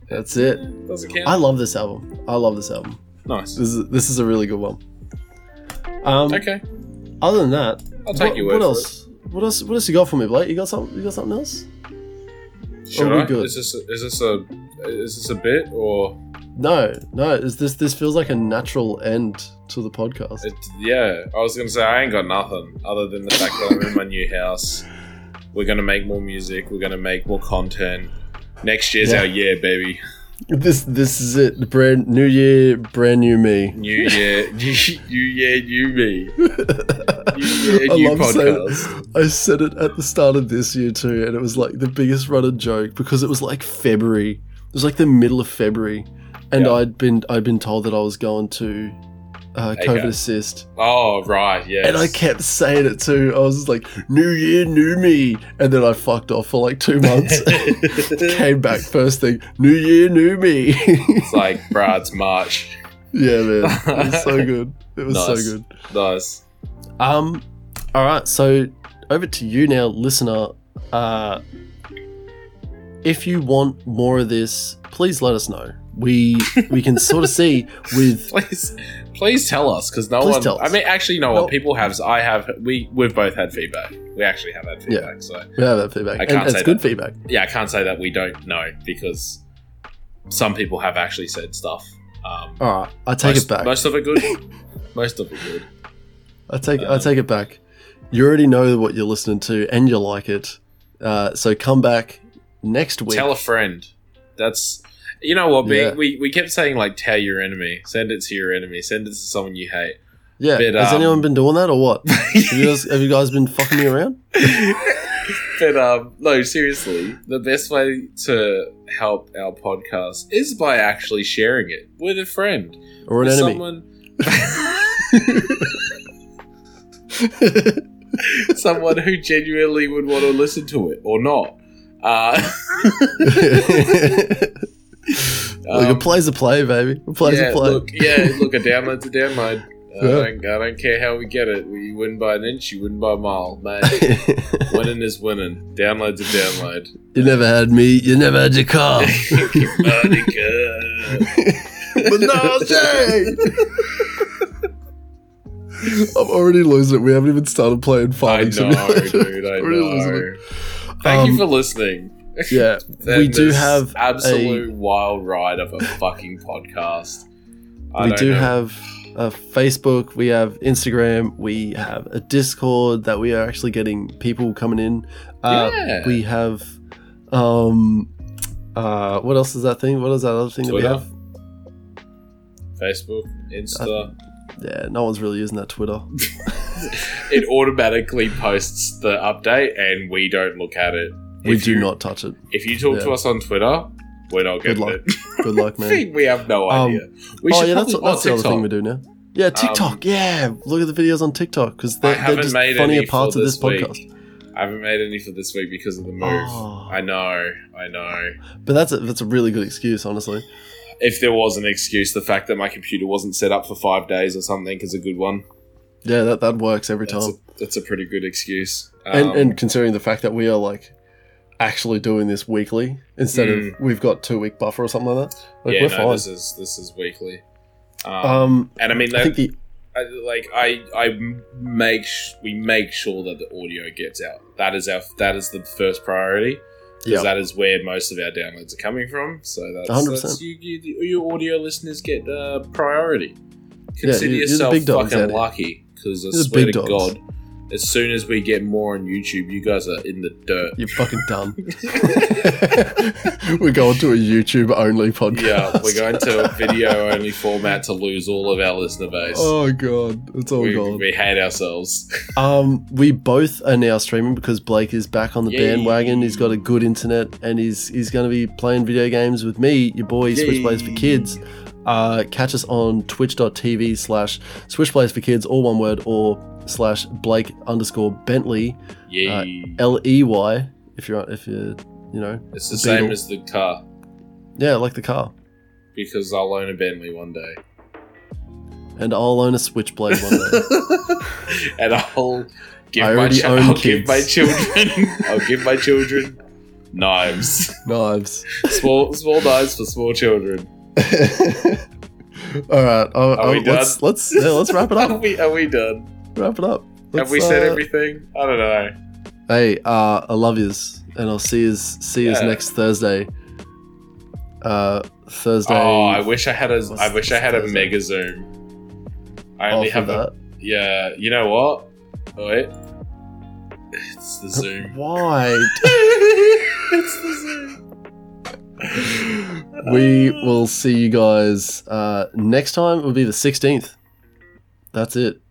that's it.
Doesn't count.
I love this album. I love this album.
nice.
This is this is a really good one. Um,
Okay,
Other than that,
I'll take
what,
your word
what
for
else? What else? What else you got for me, Blake? You got something? You got something else?
it. Should
we
I?
Oh, good?
Is this a, is this a is this a bit or
No, no. Is this this feels like a natural end to the podcast?
It, yeah, I was gonna say I ain't got nothing other than the fact that I'm in my new house. We're gonna make more music. We're gonna make more content. Next year's
Yeah.
our year, baby.
This this is it. Brand new year, brand new me.
New year, (laughs) new year, new me. New year,
(laughs) I
new
love saying-
podcast.
I said it at the start of this year too, and it was like the biggest run of joke because it was like February. It was like the middle of February, and
Yeah.
I'd been I'd been told that I was going to uh,
Okay.
COVID assist,
Oh right, yes.
and I kept saying it too. I was just like, "New year, new me," and then I fucked off for like
(laughs)
two months.
(laughs)
(laughs)
it's
Came back first thing, new year, new me. (laughs)
like, bruh, it's March.
yeah, man, it was
(laughs)
so good. It was
Nice.
so good.
Nice.
Um, all right. So over to you now, listener. Uh, if you want more of this, please let us know. We we can sort of see
(laughs)
with
Please, please tell us because no
Please
one.
tell us.
I mean, actually, no,
No.
what people have. I have. We we've both had feedback. We actually have had
Yeah.
feedback. So
we have that feedback.
I
and
can't
it's
say
good
that.
feedback.
yeah, I can't say that we don't know because some people have actually said stuff. Um,
All right, I take
most,
it back.
Most of it good.
(laughs)
most of it good.
I take I
um,
take it back. You already know what you're listening to, and you like it. Uh, so come back next week.
Tell a friend. That's You know what? Being,
Yeah.
we we kept saying like, tell your enemy, send it to your enemy, send it to someone you
(laughs)
hate.
Yeah.
But,
Has
um,
anyone been doing that or
(laughs)
what? have, you guys, have you guys been fucking me around?
but um, no, seriously, the best way to help our podcast is by actually sharing it with a friend
Or an
with
enemy?
someone.
(laughs)
someone who genuinely would want to listen to it or not. Uh,
look, a
um,
play's a play, baby. A play's
yeah,
a play.
Look, yeah, look, a download's a download. I,
Yeah.
don't, I don't care how we get it. We win by an inch, you win by a mile,
(laughs)
mate. winning is winning. Download's a download.
(laughs) you never had me. You never had your car. (laughs)
(laughs) Monica.
Menage! I'm already losing it. We haven't even started playing
I
fighting.
know, dude. I
Really
know.
losing
Thank you
Um,
for listening.
(laughs) Yeah, we
And
do
this
have
absolute wild ride of a fucking podcast. I
we
don't
do
know.
have a Facebook, we have Instagram, we have a Discord that we are actually getting people coming in. Uh,
Yeah.
We have, um, uh, what else is that thing? What is that other thing
Twitter?
that
Facebook, Insta.
Uh, we have? Yeah, no one's really using that Twitter.
it automatically posts the update, and we don't look at it.
We
If
do
you-
not touch it.
If you talk to
Yeah.
us on Twitter, we're not
Good
getting
luck,
it.
Good
(laughs)
luck,
I
man.
think we have no
Um,
idea. we
oh
should
yeah, that's,
probably oh,
that's the other thing we do
TikTok.
now. Yeah, TikTok. yeah, look at the videos on TikTok because
I
they're,
haven't
they're just
made
funnier
any for
parts of
this
this
week.
podcast.
I haven't made any for this week because of the move.
Oh.
I know, I know.
But that's a, that's a really good excuse, honestly.
If there was an excuse, the fact that my computer wasn't set up for five days or something is a good one.
Yeah, that, that works every
That's
time.
a, that's a pretty good excuse.
and,
Um,
and considering the fact that we are like actually doing this weekly instead
Mm.
of we've got two week buffer or something like that, like
yeah,
we're
no,
fine.
this is this is weekly. Um,
um,
and I mean,
I think
that,
the
I, like I, I make sh- we make sure that the audio gets out. That is our that is the first priority.
yeah,
because that is where most of our downloads are coming from. So that's,
100%.
that's you, you, your audio listeners get uh, priority. Consider
you're- you're the
yourself
big dogs out
fucking
here.
lucky because I
You're the
swear to
big dogs.
God, as soon as we get more on YouTube, you guys are in the
(laughs)
dirt.
you're fucking done. we're going to a YouTube only podcast.
yeah, we're going to a video only format to lose all of our listener base.
Oh god, it's all
we,
gone.
we hate
(laughs)
ourselves.
Um, we both are now streaming because Blake is back on the
Yay.
bandwagon. He's got a good internet, and he's he's going to be playing video games with me, your boy
Yay.
Switchblades for Kids. Uh, catch us on twitch.tv slash Switchblades for Kids, all one word, or slash Blake underscore Bentley
Yeah,
L E Y. If you're if you you know
it's the
the
same
Beatle.
as the car
yeah, like the car,
because I'll own a Bentley one day.
and I'll own a Switchblade one day.
(laughs) and I'll give
I
my
already
chi-
own
I'll give
kids.
my
(laughs)
children I'll give my children knives.
Knives. (laughs)
Small small knives for small children.
all right, I'll,
Are we
I'll- uh, let's let's yeah, let's wrap it
(laughs) Are
up.
we are we done?
Wrap it up.
Have
Let's,
we said
uh,
everything? I don't know.
Hey, uh, I love yous, and I'll see yous see yous
Yeah.
next Thursday. Uh, Thursday.
Oh, I wish I had a I
What's-
wish I had a
what's
mega zoom. I
off
only
of
have a,
that.
yeah. You know what? Wait, it's the (laughs)
(laughs)
zoom.
Why?
it's the zoom.
we will see you guys uh, next time. It will be the sixteenth. That's it.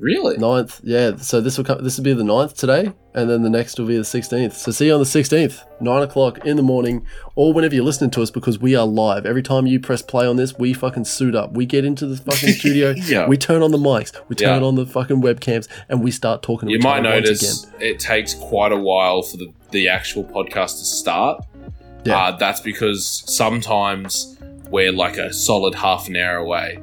really.
9th. Yeah. So this will come. This will be the 9th today, and then the next will be the sixteenth. So see you on the sixteenth, nine o'clock in the morning, or whenever you're listening to us, because we are live. Every time you press play on this, we fucking suit up. We get into the fucking studio.
(laughs) yeah.
We turn on the mics, we turn
Yeah.
on the fucking webcams, and we start talking. to
You
each
might
other once
notice it takes quite a while for the, the actual podcast to start.
Yeah.
Uh, that's because sometimes we're like a solid half an hour away.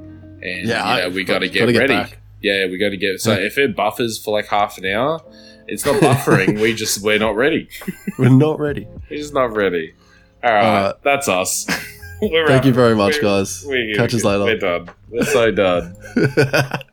And
Yeah,
you
I-
know, we
got-
got to get
gotta get
ready.
back.
yeah, we got to get. So if it buffers for like half an hour, it's not
(laughs)
buffering. we just, we're not ready.
again. We're not ready.
We're just not ready. All right.
Alright.
that's us. (laughs) we're
Uh, Thank you very much,
We're-
guys.
We're,
Catch us
We're
later.
done. We're so done.